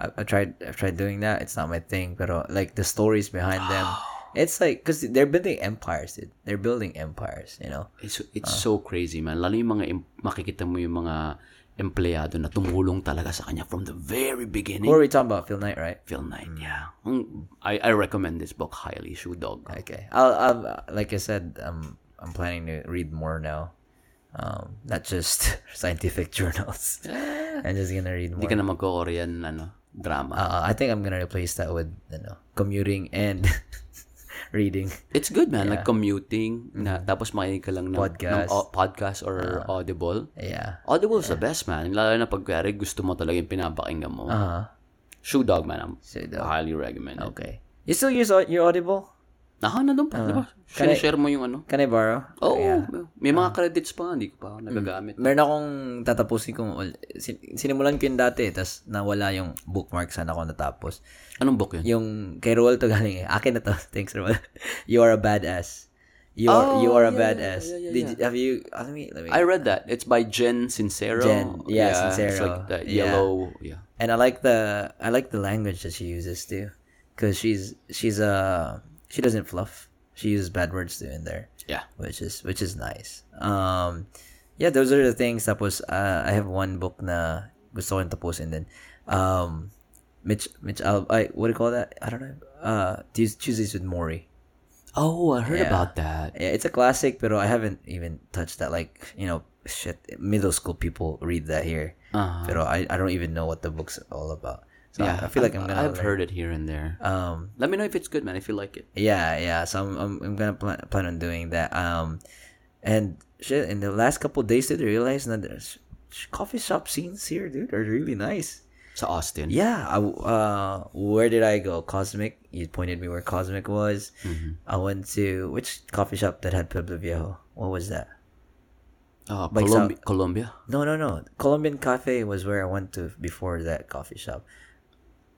Speaker 1: I, I tried. I've tried doing that. It's not my thing. But uh, like the stories behind them, it's like because they're building empires, dude. They're building empires. You know.
Speaker 2: It's, it's so crazy, man. Lalo yung mga, em- makikita mo yung mga empleyado na tumulong talaga sa kanya from the very beginning.
Speaker 1: What were we talking about? Phil Knight, right?
Speaker 2: Phil Knight, yeah. Ang- I, I recommend this book highly, Shoe Dog.
Speaker 1: Okay. I'll, I'll like I said, I'm I'm planning to read more now. Um, not just scientific journals. I'm just gonna read
Speaker 2: Hindi
Speaker 1: more.
Speaker 2: ka na mag-Korean ano, drama.
Speaker 1: Uh, I think I'm gonna replace that with you know commuting and reading.
Speaker 2: It's good, man. Like commuting, na, tapos makinig ka lang ng
Speaker 1: Podcast.
Speaker 2: ng au- Mm-hmm. podcast Ah. or Audible.
Speaker 1: Yeah.
Speaker 2: Audible is the best, man. Lalo na pag kunyari, gusto mo talaga yung pinapakinggan mo.
Speaker 1: Uh huh.
Speaker 2: Ah. Shoe Dog, Oh. man. I'm
Speaker 1: So
Speaker 2: highly recommend it.
Speaker 1: Okay. You still use au- your Audible?
Speaker 2: Aha, nandun pa. diba?
Speaker 1: Can I-
Speaker 2: Sinishare mo yung ano.
Speaker 1: Can I borrow?
Speaker 2: Oo, oh, may
Speaker 1: ah.
Speaker 2: mga credits pa. Hindi ko pa
Speaker 1: Mm.
Speaker 2: ako nagagamit.
Speaker 1: Meron akong tatapusin kong, ul- sin- sinimulan ko yun dati, tas nawala yung bookmark, sana ako natapos.
Speaker 2: Anong book yun?
Speaker 1: Yung, kay Roel to galing eh. Akin na to. Thanks, Roel. you are a badass. You are, you are a badass. Did you- have you, ah, let me, let me.
Speaker 2: I read that. It's by Jen Sincero.
Speaker 1: Jen, yeah, Sincero.
Speaker 2: It's like that
Speaker 1: Yeah.
Speaker 2: yellow. Yeah.
Speaker 1: and I like the, I like the language that she uses too. Cause she's, she's a, she doesn't fluff. She uses bad words too in there.
Speaker 2: Yeah.
Speaker 1: which is which is nice. Um, yeah, those are the things. Tapos, uh, I have one book na gusto kong tapusin din. Um, Mitch, Mitch, Al- I, what do you call that? I don't know. Uh, Tues- Tuesdays with Maury.
Speaker 2: Oh, I heard about that.
Speaker 1: Yeah, it's a classic, pero I haven't even touched that. Like, you know, shit, middle school people read that here.
Speaker 2: Uh-huh.
Speaker 1: Pero I, I don't even know what the book's all about. So
Speaker 2: Yeah,
Speaker 1: I, I feel like I'm
Speaker 2: I've-
Speaker 1: gonna.
Speaker 2: I've heard it here and there.
Speaker 1: Um,
Speaker 2: Let me know if it's good, man. If you like it.
Speaker 1: Yeah, yeah. So I'm I'm, I'm gonna plan, plan on doing that. Um, and shit. In the last couple of days, did I realize that there's sh- coffee shop scenes here, dude, are really nice.
Speaker 2: Sa Austin.
Speaker 1: Yeah. I, uh, where did I go? Cosmic. You pointed me where Cosmic was. I went to which coffee shop that had Pueblo Viejo. What was that?
Speaker 2: Oh,
Speaker 1: Bikes
Speaker 2: Colombi- Colombia.
Speaker 1: No, no, no. Colombian Cafe was where I went to before that coffee shop.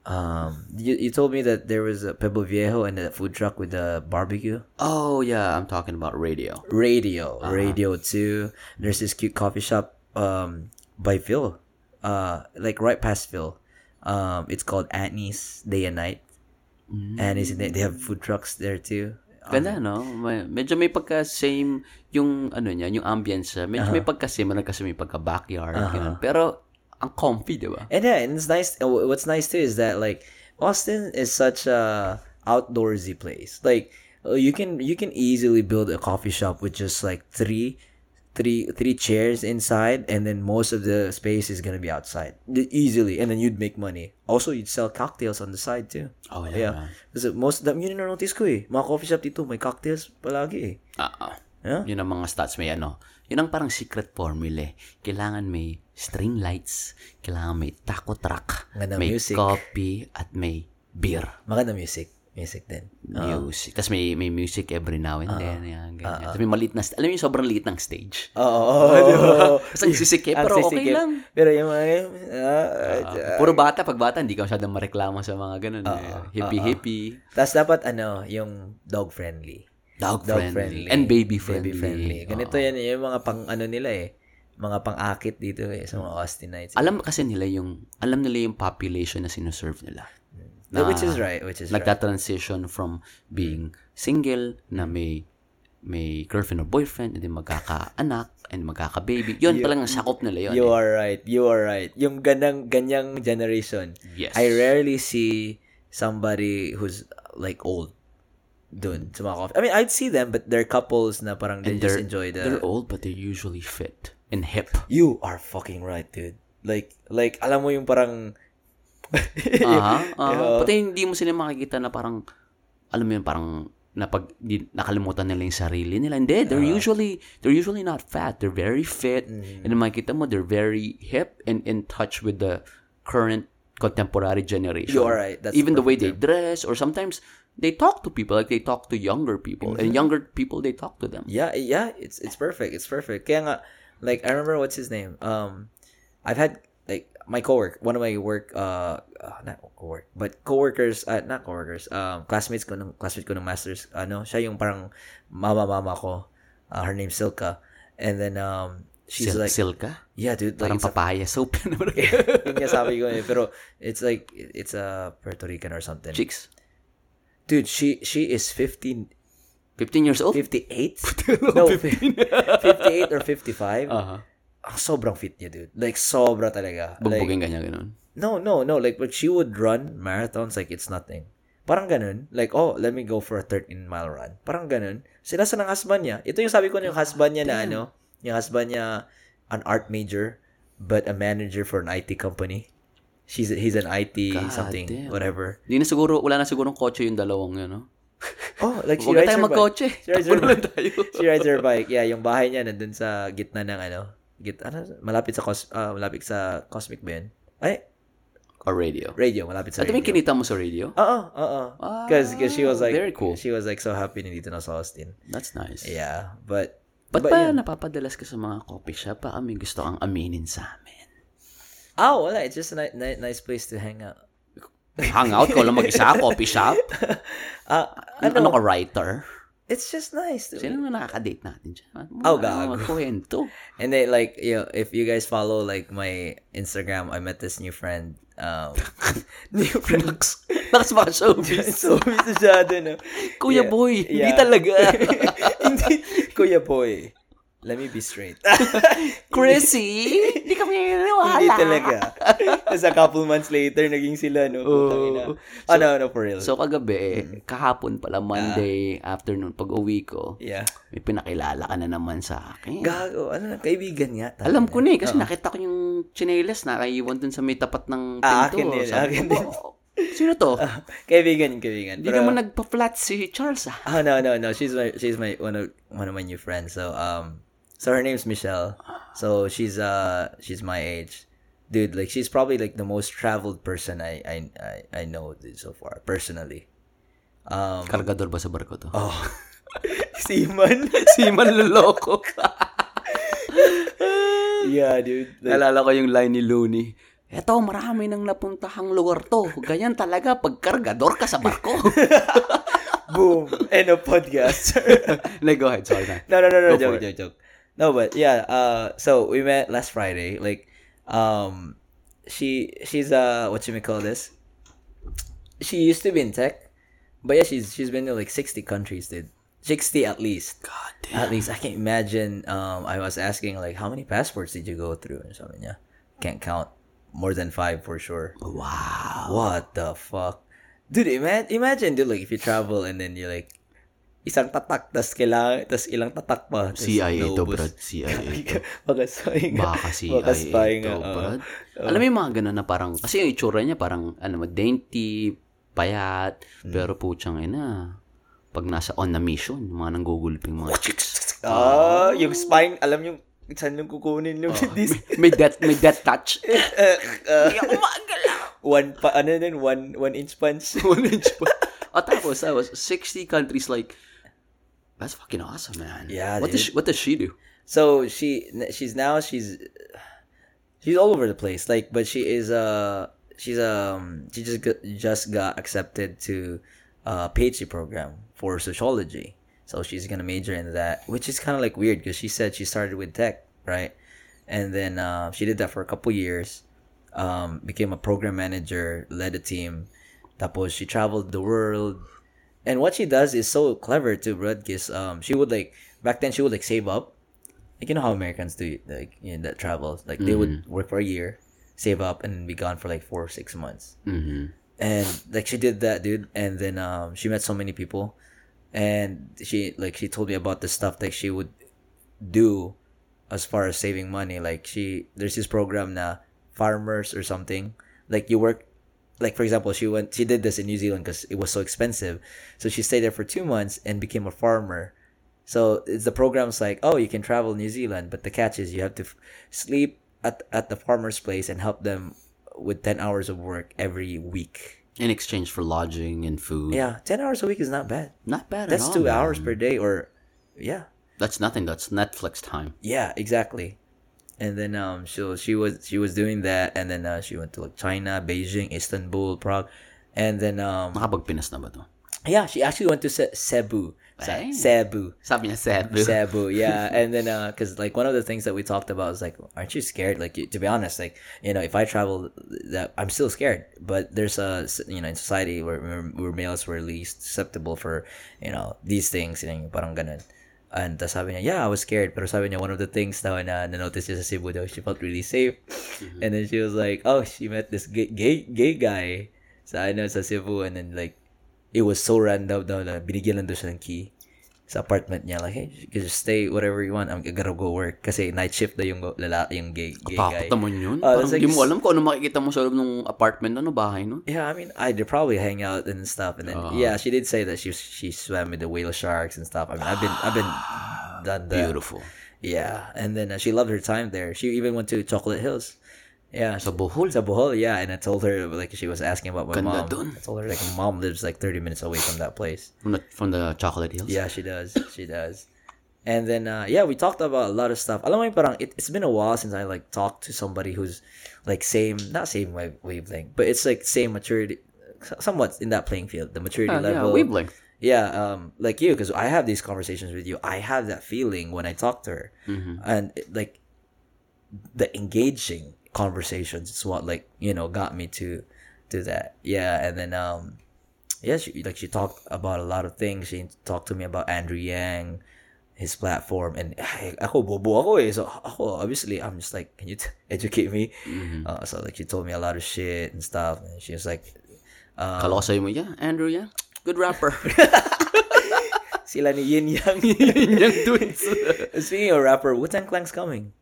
Speaker 1: Um, you, you told me that there was a Pueblo Viejo and a food truck with a barbecue.
Speaker 2: Oh yeah, I'm talking about
Speaker 1: Uh-huh.
Speaker 2: radio.
Speaker 1: Radio, Radio Two. There's this cute coffee shop um by Phil, uh like right past Phil. Um, it's called Annie's Day and Night, and it's in there. They have food trucks there too.
Speaker 2: Ganda, no? May, medyo may pagka-same yung ano niya, yung ambience niya. Medyo
Speaker 1: Uh-huh.
Speaker 2: may pagka-same, ano kasi may pagka-backyard. ganun. Pero, ang comfy, di ba?
Speaker 1: And yeah, and it's nice. uh, What's nice too is that like Austin is such a outdoorsy place. Like uh, you can you can easily build a coffee shop with just like three three three chairs inside and then most of the space is gonna be outside E- easily and then you'd make money also you'd sell cocktails on the side too
Speaker 2: Oh, yeah,
Speaker 1: yeah
Speaker 2: man.
Speaker 1: kasi most dami yun yung notice ko eh mga coffee shop dito may cocktails palagi eh
Speaker 2: Ah, ah.
Speaker 1: Yeah.
Speaker 2: Yun ang mga stats may ano. Yun ang parang secret formula. eh. Kailangan may string lights, kailangan may taco truck,
Speaker 1: Maganda
Speaker 2: may
Speaker 1: music.
Speaker 2: coffee, at may beer.
Speaker 1: maganda music music din
Speaker 2: Music. Tapos may, may music every now and
Speaker 1: Ah.
Speaker 2: then. Yan, ganyan. Tapos may maliit na, st- alam mo yung sobrang liit ng stage.
Speaker 1: oo oh, oh,
Speaker 2: Tapos nagsisikip, pero okay lang.
Speaker 1: pero yung mga ah, ah,
Speaker 2: Ah, puro bata, pag bata, hindi ka masyadong mareklamo sa mga ganun. eh.
Speaker 1: ah,
Speaker 2: Hippie-hippie.
Speaker 1: Tapos dapat ano, yung dog friendly.
Speaker 2: Dog,
Speaker 1: Dog
Speaker 2: friendly.
Speaker 1: friendly.
Speaker 2: And baby friendly.
Speaker 1: Baby friendly. Ganito yan, yung mga pang ano nila eh. Mga pang-akit dito eh, sa mga Austinites.
Speaker 2: Alam kasi nila yung, alam nila yung population na sinuserve nila.
Speaker 1: No, which is right, which is right.
Speaker 2: Nagta-transition from being single na may may girlfriend or boyfriend and then magkakaanak and magkaka-baby. Yun palang ang sakop nila yun.
Speaker 1: You
Speaker 2: eh.
Speaker 1: are right, you are right. Yung ganang, ganyang generation.
Speaker 2: Yes.
Speaker 1: I rarely see somebody who's like old dun sa mga coffee. I mean, I'd see them, but they're couples na parang they just enjoy the...
Speaker 2: They're old but they're usually fit and hip.
Speaker 1: You are fucking right, dude. Like, like, alam mo yung parang...
Speaker 2: Aha. aha. Pati uh-huh. hindi mo sila makikita na parang, alam mo yun, parang napag, di, nakalimutan nila yung sarili nila. Hindi, they're
Speaker 1: Uh-huh.
Speaker 2: usually, they're usually not fat. They're very fit.
Speaker 1: Mm-hmm.
Speaker 2: And then makikita mo, they're very hip and in touch with the current contemporary generation.
Speaker 1: You are right. That's
Speaker 2: Even the way they dress or sometimes they talk to people like they talk to younger people and younger people they talk to them.
Speaker 1: Mm-hmm. Yeah, yeah, it's it's perfect. It's perfect. Kaya nga, like I remember what's his name. Um, I've had like my coworker, one of my work, uh, uh not work, but coworkers, uh, not coworkers, um, classmates ko ng classmate ko ng masters. Ano, siya yung parang mama mama ko. Uh, her name's Silka, and then um, she's
Speaker 2: Sil-
Speaker 1: like,
Speaker 2: silka.
Speaker 1: yeah, dude, like
Speaker 2: Parang
Speaker 1: it's a-
Speaker 2: papaya Ano soap.
Speaker 1: yun nga sabi ko eh, pero it's like it's a Puerto Rican or something.
Speaker 2: Chicks.
Speaker 1: dude, she she is 15
Speaker 2: 15 years old?
Speaker 1: 58? no, 58 or 55.
Speaker 2: Aha.
Speaker 1: Ang sobrang fit niya, dude. Like, sobra talaga. Like,
Speaker 2: Bugbugin ganyan ganun.
Speaker 1: no, no, no. Like, but she would run marathons like it's nothing. Parang ganun. Like, oh, let me go for a 13-mile run. Parang ganun. Sila sa ng husband niya. Ito yung sabi ko na yung husband niya na ano, yung husband niya, an art major, but a manager for an IT company. She's he's an IT something,
Speaker 2: damn.
Speaker 1: whatever.
Speaker 2: Hindi na siguro, wala na siguro ng kotse yung dalawang yun, no?
Speaker 1: Oh, like she
Speaker 2: Huwag na
Speaker 1: rides
Speaker 2: tayo
Speaker 1: her bike.
Speaker 2: magkotse.
Speaker 1: She rides
Speaker 2: Takbo
Speaker 1: her
Speaker 2: na lang tayo.
Speaker 1: she rides her bike. Yeah, yung bahay niya nandun sa gitna ng ano, git, ano malapit sa cos, ah, malapit sa Cosmic Ben. Ay,
Speaker 2: Or radio.
Speaker 1: radio, malapit sa
Speaker 2: At may
Speaker 1: radio.
Speaker 2: kinita mo sa radio?
Speaker 1: Oo, oo. Because she was like,
Speaker 2: very cool.
Speaker 1: she was like so happy nandito na sa Austin.
Speaker 2: That's nice.
Speaker 1: Yeah, but,
Speaker 2: Ba't
Speaker 1: but
Speaker 2: pa
Speaker 1: yun.
Speaker 2: napapadalas ka sa mga coffee shop? Baka may gusto kang aminin sa amin.
Speaker 1: Oh, wala. It's just a ni- ni- nice place to hang out.
Speaker 2: Hangout ko lang mag-isa, coffee shop.
Speaker 1: Ah,
Speaker 2: Ano, ano ka, writer?
Speaker 1: it's just nice. To,
Speaker 2: Sino na nakaka-date natin dyan? Ano,
Speaker 1: Oh,
Speaker 2: ano,
Speaker 1: gago.
Speaker 2: Magkwento.
Speaker 1: and they like, you know, if you guys follow like my Instagram, I met this new friend. Um, new friend.
Speaker 2: Nakas mga showbiz.
Speaker 1: so, busy siya dun, no?
Speaker 2: Kuya
Speaker 1: Yeah.
Speaker 2: boy, hindi
Speaker 1: Yeah.
Speaker 2: talaga.
Speaker 1: Hindi, Kuya Boy. Let me be straight.
Speaker 2: Chrissy, hindi kami naniniwala.
Speaker 1: Hindi talaga. Tapos a couple months later, naging sila, no? Putang ina. oh, no, no, for real.
Speaker 2: So kagabi, eh,
Speaker 1: Hmm.
Speaker 2: kahapon
Speaker 1: Ah.
Speaker 2: pala, Monday afternoon, pag uwi ko,
Speaker 1: yeah.
Speaker 2: may pinakilala ka na naman sa akin.
Speaker 1: Gago. Ano lang, kaibigan nga. tangina.
Speaker 2: Alam ko na eh, kasi
Speaker 1: Ah.
Speaker 2: nakita ko yung chinelas na iwan dun sa may tapat ng pinto.
Speaker 1: Ah, akin din,
Speaker 2: Sabi
Speaker 1: akin
Speaker 2: ko,
Speaker 1: din. Ah,
Speaker 2: "Wow, Sino to?
Speaker 1: Kaibigan yung kaibigan.
Speaker 2: Hindi naman nagpa-flat si Charles ah.
Speaker 1: Oh, no, no, no. She's my, she's my, one of, one of my new friends. So, um, so her name's Michelle. So, she's, uh, she's my age. Dude, like, she's probably, like, the most traveled person I, I, I, I know dude, so far, personally. Um,
Speaker 2: Kargador ba sa barko to?
Speaker 1: oh. Seaman.
Speaker 2: si manloloko.
Speaker 1: yeah, dude. Like,
Speaker 2: Nalala ko yung line ni Looney. Eto, marami nang napuntahang lugar to. Ganyan talaga pag kargador ka sa barko.
Speaker 1: boom end of podcast
Speaker 2: like, go ahead, sorry na.
Speaker 1: no no no no
Speaker 2: Go for
Speaker 1: joke joke joke no but yeah uh so we met last friday like um she she's uh what you may call this she used to be in tech but yeah she's she's been to like 60 countries dude 60 at least
Speaker 2: God damn.
Speaker 1: at least i can't imagine um i was asking like how many passports did you go through and something yeah can't count more than five for sure
Speaker 2: Wow.
Speaker 1: what the fuck Dude, ima- imagine, dude, like, if you travel and then you're like, isang tatak, tas kailangan, tas ilang tatak pa. tas
Speaker 2: CIA to,
Speaker 1: naubos.
Speaker 2: Brad. CIA to.
Speaker 1: Bakas pa yun nga.
Speaker 2: Baka CIA
Speaker 1: Bakas pa yun nga,
Speaker 2: to,
Speaker 1: oo.
Speaker 2: Brad. Alam mo yung mga ganun na parang, kasi yung itsura niya parang, ano mo, dainty, payat,
Speaker 1: Hmm.
Speaker 2: pero putsang ina. Pag nasa on na mission, yung mga nanggugulping mga
Speaker 1: Oh,
Speaker 2: chicks.
Speaker 1: Ah, yung spine, alam yung saan yung kukunin yung
Speaker 2: Ah.
Speaker 1: this.
Speaker 2: may death, may death touch.
Speaker 1: Eh, eh,
Speaker 2: Kaya umagalaw.
Speaker 1: one pa, ano din, one, one inch punch.
Speaker 2: One inch pa. At tapos, tapos, 60 countries like, that's fucking awesome, man.
Speaker 1: Yeah,
Speaker 2: What does, she, what does she do?
Speaker 1: So she she's now she's she's all over the place. Like, but she is uh she's um she just got, just got accepted to uh, a PhD program for sociology. So she's gonna major in that, which is kind of like weird because she said she started with tech, right? And then uh, she did that for a couple years, um, became a program manager, led a team. Tapos she traveled the world, and what she does is so clever too, bro. Because um, she would like back then she would like save up, like you know how Americans do like you know, that travels. Like they would work for a year, save up, and be gone for like four or six months.
Speaker 2: Mm-hmm.
Speaker 1: And like she did that, dude. And then um, she met so many people, and she like she told me about the stuff that she would do as far as saving money. Like she there's this program now, farmers or something. Like you work like for example, she went she did this in New Zealand because it was so expensive. So she stayed there for two months and became a farmer. So it's the program's like, oh, you can travel New Zealand, but the catch is you have to f- sleep at at the farmer's place and help them with ten hours of work every week.
Speaker 2: In exchange for lodging and food.
Speaker 1: Yeah, ten hours a week is not bad.
Speaker 2: Not bad at
Speaker 1: That's
Speaker 2: all.
Speaker 1: two
Speaker 2: man.
Speaker 1: hours per day, or yeah,
Speaker 2: That's nothing. That's Netflix time.
Speaker 1: Yeah, exactly. And then um, she she was she was doing that, and then uh, she went to like China, Beijing, Istanbul, Prague, and then um,
Speaker 2: Nakapag-Pinas na ba to?
Speaker 1: yeah, she actually went to Se- Cebu,
Speaker 2: Hey.
Speaker 1: Sa- Cebu,
Speaker 2: Sabi niya, Cebu.
Speaker 1: Cebu, yeah. And then uh, cause like one of the things that we talked about was like, aren't you scared? Like you, to be honest, like you know, if I travel, that I'm still scared. But there's a you know in society where where males were least susceptible for you know these things and parang ganun. And tas sabi niya, yeah, I was scared. Pero sabi niya, one of the things daw na na-notice niya sa Cebu daw, she felt really safe. And then she was like, oh, she met this gay, gay, gay guy sa, ano, sa Cebu. And then like, it was so random daw na binigyan lang daw siya ng key sa apartment niya. Like, hey, you can just stay whatever you want. I'm gonna go work. Kasi night shift na yung, lala, yung gay, gay guy.
Speaker 2: Takot naman yun.
Speaker 1: Oh,
Speaker 2: Parang
Speaker 1: that's like
Speaker 2: di mo
Speaker 1: s-
Speaker 2: alam kung ano makikita mo sa loob ng apartment, ano, bahay, no?
Speaker 1: Yeah, I mean, I they probably hang out and stuff, and then
Speaker 2: Uh-huh.
Speaker 1: yeah, she did say that she she swam with the whale sharks and stuff. I mean, I've been I've been done that.
Speaker 2: Ah, Beautiful.
Speaker 1: Yeah, and then uh, she loved her time there. She even went to Chocolate Hills. Yeah,
Speaker 2: Sa Bohol.
Speaker 1: Sa Bohol, yeah. And I told her like she was asking about my
Speaker 2: Ganda
Speaker 1: mom.
Speaker 2: dun.
Speaker 1: I told her like my mom lives like thirty minutes away from that place.
Speaker 2: From the, from the Chocolate Hills.
Speaker 1: Yeah, she does. She does. And then uh, yeah, we talked about a lot of stuff. Alam mo yung parang it, it's been a while since I like talked to somebody who's like same not same wave, wavelength, but it's like same maturity, somewhat in that playing field, the maturity
Speaker 2: Ah, yeah,
Speaker 1: level.
Speaker 2: wavelength.
Speaker 1: Yeah, um, like you, because I have these conversations with you. I have that feeling when I talk to her,
Speaker 2: Mm-hmm.
Speaker 1: and it, like the engaging conversations is what like you know got me to do that. Yeah, and then um, yeah, she like she talked about a lot of things. She talked to me about Andrew Yang, his platform, and ay, ako bobo ako eh. So ako, obviously I'm just like, can you t- educate me? Uh, so like she told me a lot of shit and stuff, and she was like, um,
Speaker 2: Kalaw sa'yo mo, yeah, Andrew, yeah. Good rapper.
Speaker 1: "Ah, sila ni Yin Yang.
Speaker 2: Yun yung dudes.
Speaker 1: Speaking of rapper, Wu Tang Clan's coming.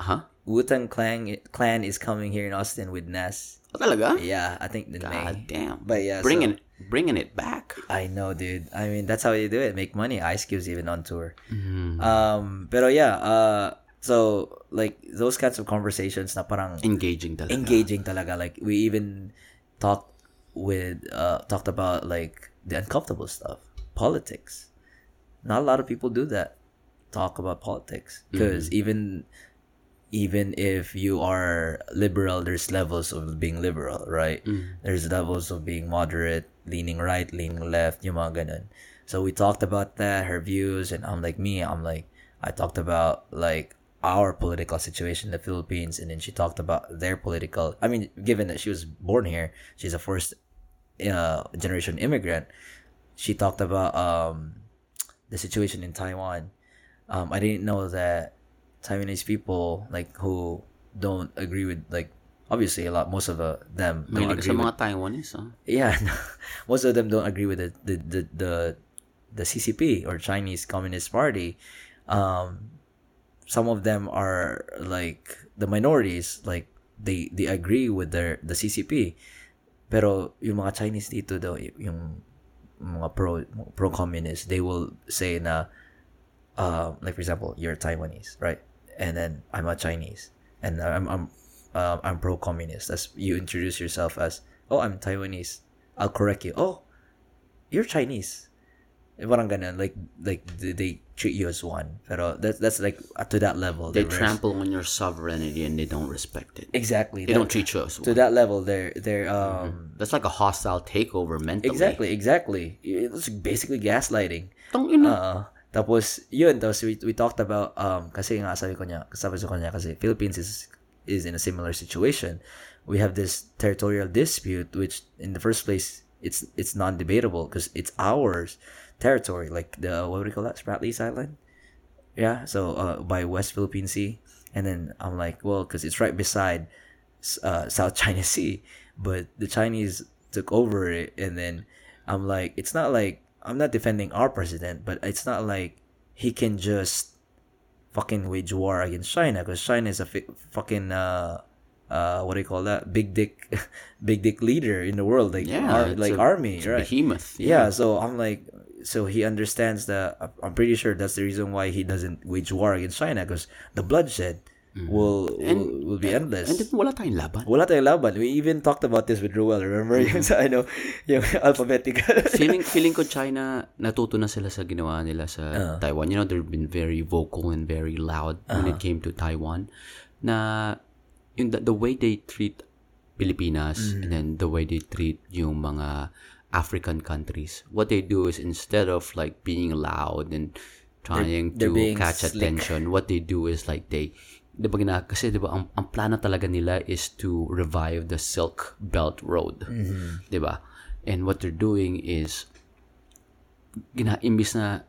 Speaker 2: Aha.
Speaker 1: Wu Tang Clan Clan is coming here in Austin with Nas.
Speaker 2: Oh, talaga?
Speaker 1: Yeah, I think the
Speaker 2: God
Speaker 1: May.
Speaker 2: damn.
Speaker 1: But yeah,
Speaker 2: bringing, bringing it back.
Speaker 1: I know, dude. I mean, that's how they do it. Make money. Ice Cube's even on tour.
Speaker 2: Mm-hmm.
Speaker 1: Um, pero yeah. Uh, so like those kinds of conversations na parang
Speaker 2: Engaging talaga.
Speaker 1: engaging talaga. Like we even talked with uh talked about like the uncomfortable stuff, politics. Not a lot of people do that. Talk about politics because even even if you are liberal, there's levels of being liberal, right? There's levels of being moderate, leaning right, leaning left, yung mga ganun. So we talked about that, her views, and I'm like me, I'm like I talked about like our political situation in the Philippines, and then she talked about their political. I mean, given that she was born here, she's a first uh, generation immigrant. She talked about um, the situation in Taiwan. Um, I didn't know that Taiwanese people like who don't agree with like obviously a lot most of uh, them don't
Speaker 2: Mahilig
Speaker 1: agree
Speaker 2: sa
Speaker 1: with,
Speaker 2: mga Taiwanese, ah.
Speaker 1: yeah most of them don't agree with the the the the, the CCP or Chinese Communist Party um some of them are like the minorities like they they agree with their the CCP pero yung mga Chinese dito daw y- yung mga pro pro communist they will say na uh, like for example you're Taiwanese right and then I'm a Chinese and I'm I'm um I'm pro communist as you introduce yourself as oh I'm Taiwanese I'll correct you oh you're Chinese Eh, parang ganun like like they- they treat you as one pero that's that's like uh, to that level
Speaker 2: They
Speaker 1: they're very-
Speaker 2: trample on your sovereignty and they don't respect it.
Speaker 1: exactly
Speaker 2: They
Speaker 1: that-
Speaker 2: don't treat you as
Speaker 1: to
Speaker 2: one. Mm-hmm.
Speaker 1: that level they're they're um
Speaker 2: That's like a hostile takeover mentally.
Speaker 1: exactly exactly it's basically gaslighting
Speaker 2: Tong ina.
Speaker 1: Uh, tapos, yun, tapos we, we talked about, um, kasi nga sabi ko niya, sabi ko niya kasi Philippines is, is in a similar situation. We have this territorial dispute, which in the first place, it's it's non-debatable because it's ours territory, like the, what would you call that, Spratly's Island? Yeah, so uh, by West Philippine Sea. And then I'm like, well, because it's right beside s- uh, South China Sea, but the Chinese took over it. And then I'm like, it's not like I'm not defending our president, but it's not like he can just fucking wage war against China because China is a fi- fucking uh, uh, what do you call that? Big dick, big dick leader in the world, like
Speaker 2: yeah,
Speaker 1: ar-
Speaker 2: it's
Speaker 1: like
Speaker 2: a-
Speaker 1: army,
Speaker 2: it's a
Speaker 1: right?
Speaker 2: Behemoth.
Speaker 1: yeah so i'm like so he understands that i'm pretty sure that's the reason why he doesn't wage war against china because the bloodshed will,
Speaker 2: Mm-hmm. And-
Speaker 1: will will be endless
Speaker 2: And then wala tayong laban.
Speaker 1: wala tayong laban. We even talked about this with Ruel. Remember yung
Speaker 2: Mm-hmm.
Speaker 1: sa ano, yung alphabetical.
Speaker 2: feeling feeling ko China natuto na sila sa ginawa nila
Speaker 1: Ah.
Speaker 2: sa Taiwan. You know, they've been very vocal and very loud when
Speaker 1: Ah.
Speaker 2: it came to Taiwan. Na yung the, the way they treat Pilipinas
Speaker 1: Mm.
Speaker 2: and then the way they treat yung mga African countries. What they do is instead of like being loud and trying
Speaker 1: They're- they're
Speaker 2: to
Speaker 1: being
Speaker 2: catch
Speaker 1: slick.
Speaker 2: attention, what they do is like they 'di ba gina- kasi 'di ba ang, ang plano talaga nila is to revive the Silk Belt Road.
Speaker 1: Mm-hmm.
Speaker 2: 'Di ba? And what they're doing is gina imbis na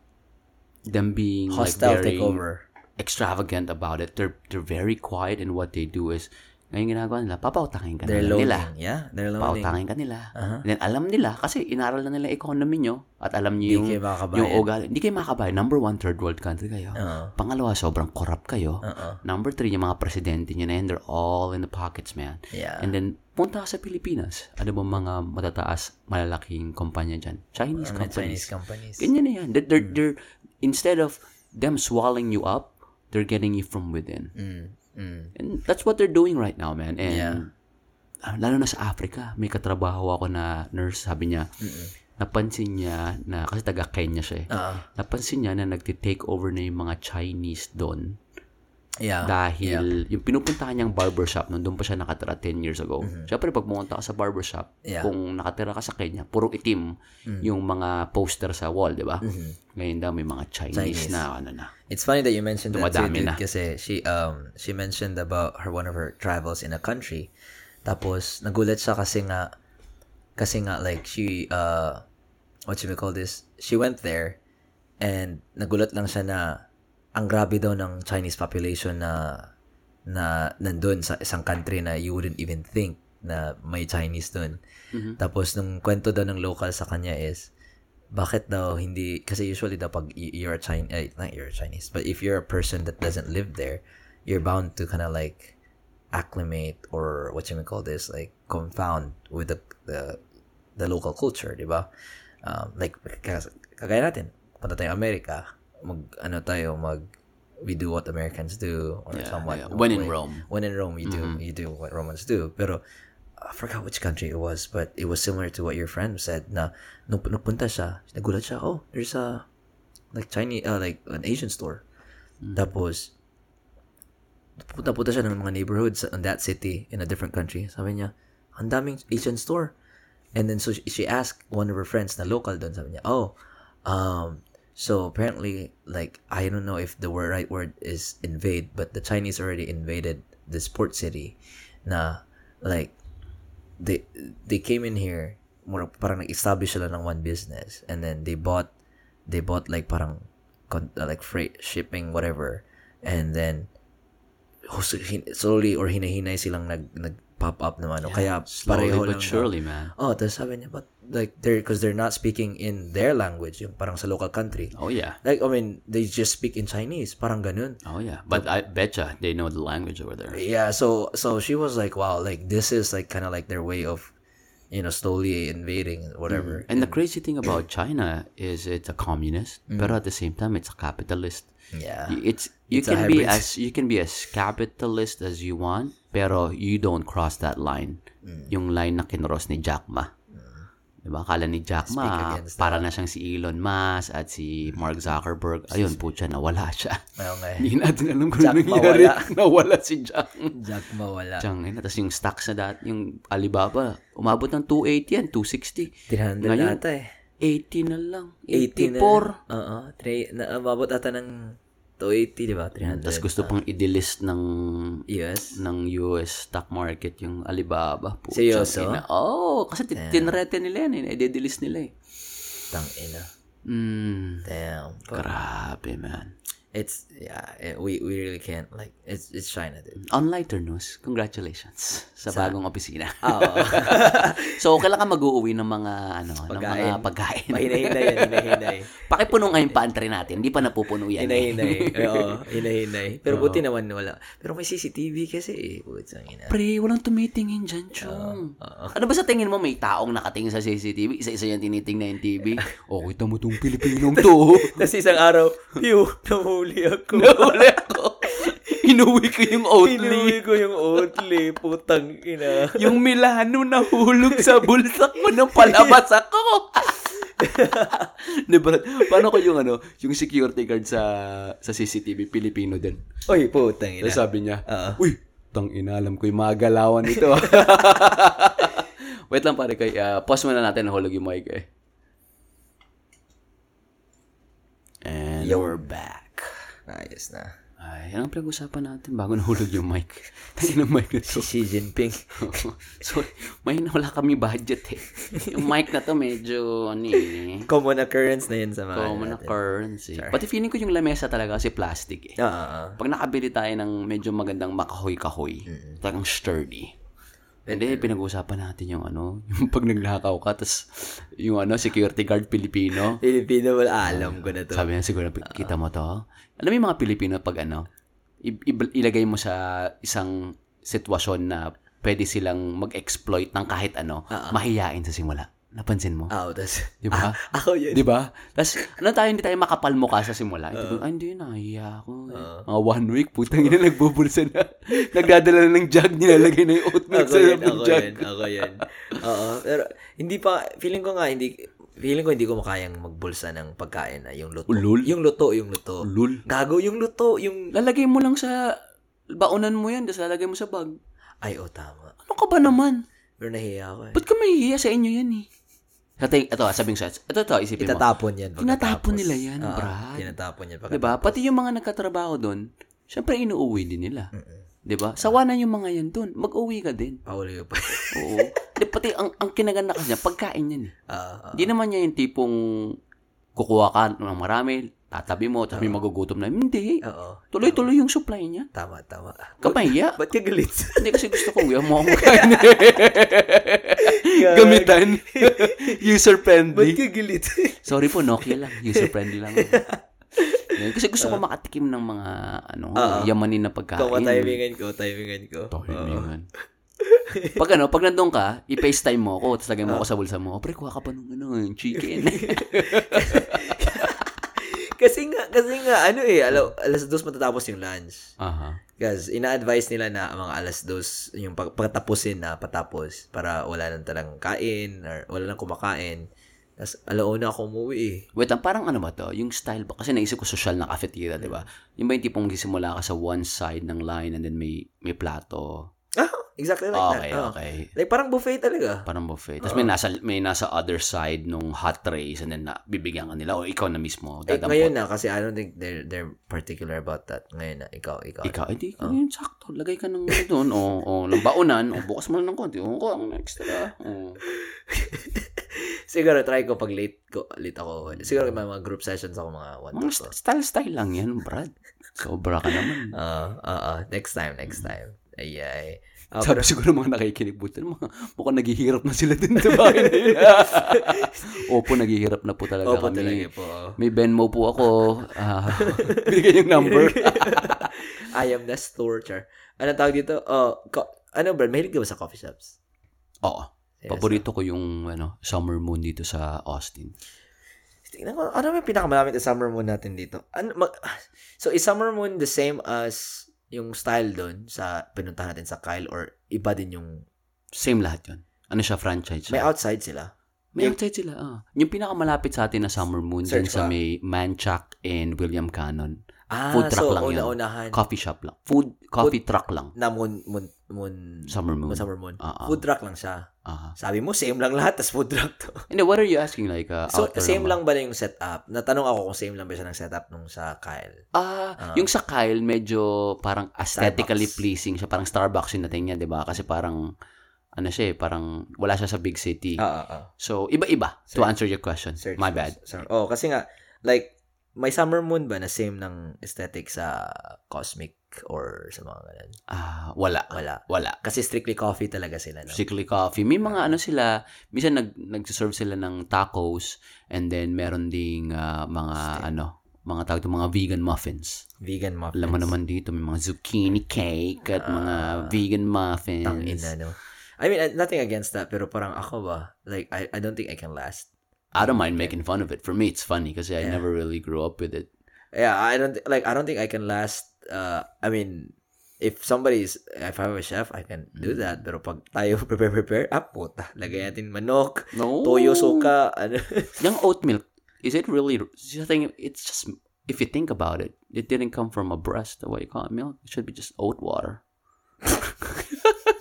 Speaker 2: them being
Speaker 1: Hostile
Speaker 2: like very
Speaker 1: takeover.
Speaker 2: extravagant about it. They're they're very quiet and what they do is ngayon ginagawa nila, papautakin ka na
Speaker 1: They're
Speaker 2: lang nila.
Speaker 1: loaning. Yeah, they're Uh-huh. loaning.
Speaker 2: Pautakin ka nila. And then alam nila kasi inaral na nila yung economy nyo at alam nyo yung,
Speaker 1: kayo makakabayan.
Speaker 2: yung ugali. Hindi kayo makakabayan. Number one, third world country kayo.
Speaker 1: Uh-huh.
Speaker 2: Pangalawa, sobrang corrupt kayo. Number three, yung mga presidente nyo na yan, they're all in the pockets, man.
Speaker 1: Yeah.
Speaker 2: And then, punta ka sa Pilipinas. Ano ba mga matataas, malalaking kumpanya dyan? Chinese
Speaker 1: Mga
Speaker 2: companies.
Speaker 1: Chinese companies.
Speaker 2: Ganyan na yan. They're, they're, they're- instead of them swallowing you up, they're getting you from within.
Speaker 1: Mm,
Speaker 2: And that's what they're doing right now, man. And
Speaker 1: Yeah.
Speaker 2: ah, lalo na sa Africa, may katrabaho ako na nurse, sabi niya, napansin niya na, kasi taga Kenya siya eh,
Speaker 1: Ah,
Speaker 2: napansin niya na nagtitake over na yung mga Chinese doon
Speaker 1: Ah, yeah.
Speaker 2: dahil yung pinupuntahan niyang barbershop nun, doon pa siya nakatira 10 years ago. Siyempre, pag pumunta ka sa barbershop,
Speaker 1: Mm-hmm. Yeah. Mm-hmm.
Speaker 2: kung nakatira ka sa Kenya, puro itim yung mga poster sa wall, di ba? Ngayon daw, may mga Chinese,
Speaker 1: Chinese.
Speaker 2: na ano na.
Speaker 1: It's funny that you mentioned that too,
Speaker 2: Dumadami
Speaker 1: dude,
Speaker 2: na.
Speaker 1: kasi she um she mentioned about her one of her travels in a country. Tapos nagulat siya kasi nga kasi nga like she uh what you may call this? She went there and nagulat lang siya na ang grabe daw ng Chinese population na na nandun sa isang country na you wouldn't even think na may Chinese dun.
Speaker 2: Mm-hmm.
Speaker 1: Tapos nung kwento daw ng local sa kanya is bakit daw hindi kasi usually daw pag y- you're a Chinese not you're a Chinese but if you're a person that doesn't live there you're bound to kind of like acclimate or what you may call this like confound with the the, the local culture di ba um, like kag- kagaya natin punta tayo Amerika mag ano tayo mag we do what Americans do or
Speaker 2: Yeah,
Speaker 1: somewhat
Speaker 2: yeah. When in
Speaker 1: way-
Speaker 2: Rome.
Speaker 1: Mm-hmm. when in Rome you do you do what Romans do pero I forgot which country it was but it was similar to what your friend said na nung nagpunta siya nagulat siya oh there's a like Chinese uh, like an Asian store tapos punta-punta siya ng mga neighborhoods in that city in a different country sabi niya ang daming Asian store and then so she, she asked one of her friends na local doon sabi niya oh um so apparently like I don't know if the word, right word is invade but the Chinese already invaded this port city na like they they came in here mura- parang nag-establish sila ng one business and then they bought they bought like parang con- uh, like freight shipping whatever and then hus- hin- slowly or hinahinay silang nag nag pop up naman. o Kaya
Speaker 2: Slowly
Speaker 1: pareho
Speaker 2: but
Speaker 1: lang.
Speaker 2: surely, man.
Speaker 1: Oh, tapos sabi niya, but like, they're, because they're not speaking in their language, yung parang sa local country.
Speaker 2: Oh yeah,
Speaker 1: Like, I mean, they just speak in Chinese, parang ganun.
Speaker 2: oh yeah. But I betcha they know the language over there.
Speaker 1: Yeah, so, so she was like, wow, like, this is like, kind of like their way of, you know, slowly invading, whatever.
Speaker 2: And the crazy thing about China is it's a communist,
Speaker 1: Mm-hmm.
Speaker 2: but at the same time it's a capitalist.
Speaker 1: Mm. Yeah.
Speaker 2: Y- It's you
Speaker 1: It's a
Speaker 2: can be
Speaker 1: hybrid.
Speaker 2: as you can be as capitalist as you want, pero you don't cross that line.
Speaker 1: Mm.
Speaker 2: Yung line na kinross ni Jack Ma. Diba? Akala ni Jack Ma,
Speaker 1: against
Speaker 2: para na siyang si Elon Musk at si Mark Zuckerberg. Ayun, putya, nawala siya.
Speaker 1: Ngayon nga eh.
Speaker 2: Hindi natin alam kung ano
Speaker 1: Jack Ma
Speaker 2: nangyari.
Speaker 1: wala.
Speaker 2: Nawala si Jack Ma.
Speaker 1: Jack mawala.
Speaker 2: Tiyang, ina. Tapos yung stocks na dati, yung Alibaba, umabot ng 280 yan, 260.
Speaker 1: 300
Speaker 2: Ngayon,
Speaker 1: ata eh.
Speaker 2: 80 na lang.
Speaker 1: 80
Speaker 2: 84.
Speaker 1: na. Oo. Tre, na, ababot ata ng 280, di ba? 300.
Speaker 2: Tapos gusto pang i-delist ng
Speaker 1: US.
Speaker 2: ng US stock market yung Alibaba. Putang
Speaker 1: Seryoso?
Speaker 2: ina. Oo. Oh, kasi tin- tinrete nila yan. eh. I-delist nila eh.
Speaker 1: Tang ina.
Speaker 2: Mm,
Speaker 1: Damn.
Speaker 2: grabe man.
Speaker 1: It's, yeah, eh, we we really can't, like, it's it's China, dude.
Speaker 2: On lighter news, congratulations sa, bagong opisina.
Speaker 1: Oo.
Speaker 2: so, kailan ka mag-uuwi ng mga ano, ng mga
Speaker 1: Pagkain.
Speaker 2: pagkain?
Speaker 1: Mahinahinay yan, hinahinay.
Speaker 2: Pakipuno nga yung pantry natin. Hindi pa napupuno yan. eh.
Speaker 1: Hinahinay. Oo, hinahinay. Pero buti naman wala. Pero may CCTV kasi eh. Putang ina.
Speaker 2: Pre, walang tumitingin dyan, Chong. Ano ba sa tingin mo may taong nakatingin sa CCTV? Isa-isa yung tinitingnan yung TV? O, kita mo tong Pilipinong to.
Speaker 1: Tapos isang araw, pew, nahuli ako.
Speaker 2: Nahuli ako. Inuwi ko yung Oatly.
Speaker 1: Inuwi ko yung Oatly, putang ina.
Speaker 2: yung Milano nahulog sa bulsak ko ng palabas ako. Di ba? Paano ko yung ano, yung security guard sa sa CCTV Pilipino din.
Speaker 1: Oy, putang ina.
Speaker 2: Tapos sabi niya,
Speaker 1: Oo.
Speaker 2: Uy, tang ina, alam ko yung mga galawan nito. Wait lang pare kay, ah, pause muna natin, nahulog yung mic eh. And we're back.
Speaker 1: Ayos na.
Speaker 2: Ay, anong pinag-usapan natin bago nahulog yung mic? Tayo ng mic na to.
Speaker 1: Si Xi Jinping.
Speaker 2: so, may wala kami budget eh. Yung mic na to medyo, ano eh,
Speaker 1: Common occurrence na yun sa mga.
Speaker 2: common
Speaker 1: ano natin.
Speaker 2: occurrence eh. Pati feeling ko yung lamesa talaga kasi plastic eh.
Speaker 1: Oo, oo.
Speaker 2: Pag nakabili tayo ng medyo magandang makahoy-kahoy, talagang sturdy. Hindi, pinag-uusapan natin yung ano, yung pag nagnakaw ka, tapos yung ano, security guard Pilipino.
Speaker 1: Filipino, wala. Ah, alam ko na to.
Speaker 2: Sabi niya siguro, kita mo to. Alam mo yung mga Pilipino pag ano, i- i- ilagay mo sa isang sitwasyon na pwede silang mag-exploit ng kahit ano, mahiyain sa simula. Napansin mo?
Speaker 1: Ah, tas,
Speaker 2: Di ba?
Speaker 1: ako yun.
Speaker 2: Di ba? Tapos, ano tayo, hindi tayo makapal mukha sa
Speaker 1: Ah.
Speaker 2: simula. Ito, ay, hindi, nahiya ako. eh." Mga one week, putang ina, nagbubulsa na. Nagdadala na ng jug, nilalagay na yung oatmeal
Speaker 1: Ako
Speaker 2: sa
Speaker 1: yun,
Speaker 2: ng
Speaker 1: ako
Speaker 2: jug.
Speaker 1: yun, ako yun. Oo, pero hindi pa, feeling ko nga, hindi, feeling ko hindi ko makayang magbulsa ng pagkain na yung luto.
Speaker 2: Ulul?
Speaker 1: Yung luto, yung luto.
Speaker 2: Lul.
Speaker 1: Gago, yung luto, yung,
Speaker 2: Lalagay mo lang sa baonan mo yan, tapos lalagay mo sa bag.
Speaker 1: ay, oh, tama.
Speaker 2: Ano ka ba naman?
Speaker 1: Pero nahiya ako eh.
Speaker 2: Ba't ka mahihiya sa inyo yan eh? Sa ting, ito, ah, sabing shots. Ito, ito, isipin mo.
Speaker 1: Itatapon yan.
Speaker 2: Tinatapon nila yan,
Speaker 1: Oo,
Speaker 2: Brad.
Speaker 1: Tinatapon yan. Pagkat-
Speaker 2: Diba? Pati yung mga nagkatrabaho doon, syempre inuuwi din nila. Diba? Sawa na yung mga yan doon. Mag-uwi ka din.
Speaker 1: Pauli ko pa.
Speaker 2: Oo. Di, pati ang, ang kinaganda kasi niya, pagkain yan eh.
Speaker 1: Ah, ah.
Speaker 2: Hindi naman niya yung tipong kukuha ka ng marami, tatabi mo, tapos may magugutom na. Hindi.
Speaker 1: Oo,
Speaker 2: Tuloy-tuloy yung supply niya.
Speaker 1: tama, tama.
Speaker 2: Kamahiya.
Speaker 1: Ba't ka galit?
Speaker 2: Hindi kasi gusto ko, uwi mo akong kain. Gamitan.
Speaker 1: Ba't
Speaker 2: User-friendly.
Speaker 1: ka galit?
Speaker 2: Sorry po, Nokia lang. User-friendly lang. Yun, kasi gusto
Speaker 1: Ah.
Speaker 2: ko makatikim ng mga ano, yamanin na pagkain.
Speaker 1: Kung timingan ko, timingan ko.
Speaker 2: Pakimingan. pag ano, pag nandun ka, i-FaceTime mo ako, tapos lagay mo ako
Speaker 1: Ah.
Speaker 2: sa bulsa mo, pre, kuha ka pa ng ano, yung chicken.
Speaker 1: Kasi nga, kasi nga, ano eh, alo, alas dos matatapos yung lunch.
Speaker 2: Aha.
Speaker 1: Guys, ina-advise nila na mga alas dos, yung pag- pagtapusin na patapos para wala nang talang kain or wala nang kumakain. Tapos alauna ako umuwi eh.
Speaker 2: Wait, lang, parang ano ba to? Yung style ba? Kasi naisip ko social na cafeteria, di ba? Yung ba yung tipong gisimula ka sa one side ng line and then may may plato.
Speaker 1: Ah, exactly like
Speaker 2: Okay,
Speaker 1: that. Oh. Ah.
Speaker 2: okay.
Speaker 1: Like parang buffet talaga.
Speaker 2: Parang buffet. Tapos may nasa, may nasa other side nung hot trays and then na, bibigyan ka nila. O ikaw na mismo.
Speaker 1: Eh,
Speaker 2: Dadampot.
Speaker 1: ngayon na, kasi I don't think they're, they're particular about that. Ngayon na, ikaw, ikaw.
Speaker 2: Ikaw, edi, uh. yun, sakto. Lagay ka ng ano doon, o, o ng baonan, o bukas mo lang ng konti, o, kuha ang extra. O.
Speaker 1: Siguro try ko pag late ko, late ako. Siguro may mga group sessions ako mga one
Speaker 2: Mga st- style-style lang yan, Brad. Sobra ka naman.
Speaker 1: Ah, ah, ah. next time, next time.
Speaker 2: Uh,
Speaker 1: Ayay. Ah,
Speaker 2: Sabi
Speaker 1: pero-
Speaker 2: siguro ng mga nakikinig buti, mga, mukhang naghihirap na sila din sa bahay na yun. Opo, naghihirap na po talaga
Speaker 1: Opo
Speaker 2: kami.
Speaker 1: talaga po. oh.
Speaker 2: May Venmo po ako. Ah, Bigyan yung number.
Speaker 1: I am the store, char. Ano tawag dito? Oh, ko- ano ba? Mahilig ka ba sa coffee shops?
Speaker 2: Oo.
Speaker 1: Yes.
Speaker 2: Paborito ko yung ano, summer moon dito sa Austin.
Speaker 1: Tingnan ko, ano yung pinakamalapit na summer moon natin dito? Ano, mag, so, is summer moon the same as yung style doon sa pinuntahan natin sa Kyle or iba din yung
Speaker 2: Same lahat yun. Ano siya, franchise?
Speaker 1: may
Speaker 2: siya.
Speaker 1: outside sila?
Speaker 2: May outside sila. ah. Yung pinakamalapit sa atin na summer moon dyan
Speaker 1: Search
Speaker 2: sa
Speaker 1: ko.
Speaker 2: may Manchac and William Cannon.
Speaker 1: Ah,
Speaker 2: Food truck
Speaker 1: so
Speaker 2: lang yun.
Speaker 1: una-unahan
Speaker 2: Coffee shop lang. Food, coffee truck lang.
Speaker 1: na moon, moon, moon,
Speaker 2: Summer moon.
Speaker 1: moon summer moon.
Speaker 2: Ah, ah.
Speaker 1: Food truck lang siya.
Speaker 2: Aha.
Speaker 1: Sabi mo, same lang lahat, tas food truck to.
Speaker 2: And then, what are you asking? Like, uh,
Speaker 1: So,
Speaker 2: outdoor ba?
Speaker 1: same Ah, lang ba na yung setup? Natanong ako kung same lang ba siya ng setup nung sa Kyle.
Speaker 2: Ah,
Speaker 1: Ah.
Speaker 2: yung sa Kyle medyo parang aesthetically
Speaker 1: Starbucks.
Speaker 2: pleasing siya, parang Starbucks yung dating niya, 'di ba? Kasi parang ano siya, eh, parang wala siya sa big city.
Speaker 1: Ah, ah, ah.
Speaker 2: So, iba-iba to
Speaker 1: Search-
Speaker 2: answer your question.
Speaker 1: Search
Speaker 2: My
Speaker 1: mo
Speaker 2: bad.
Speaker 1: sa- sa- oh, kasi nga, like, may summer moon ba na same ng aesthetic sa cosmic or sa mga ganun?
Speaker 2: Ah, wala.
Speaker 1: Wala.
Speaker 2: Wala.
Speaker 1: Kasi strictly coffee talaga sila. No?
Speaker 2: Strictly Ano? coffee. May mga ano sila, minsan nag nagse-serve sila ng tacos and then meron ding ah, mga ano, mga tawag dito, mga vegan muffins.
Speaker 1: Vegan muffins.
Speaker 2: Alam mo naman dito, may mga zucchini cake at mga
Speaker 1: Ah.
Speaker 2: vegan muffins.
Speaker 1: Tangin na, no? I mean, uh, nothing against that, pero parang ako ba, like, I, I don't think I can last.
Speaker 2: I don't mind making fun of it. For me, it's funny because I
Speaker 1: Yeah.
Speaker 2: never really grew up with it.
Speaker 1: Yeah, I don't, thi- like, I don't think I can last, uh, I mean, if somebody's, if I'm a chef, I can
Speaker 2: Mm.
Speaker 1: do that, pero pag tayo prepare-prepare, ah, puta, lagay natin manok,
Speaker 2: No.
Speaker 1: toyo, suka, ano.
Speaker 2: Yung oat milk, is it really, just think, it's just, if you think about it, it didn't come from a breast, what you call it, milk. It should be just oat water.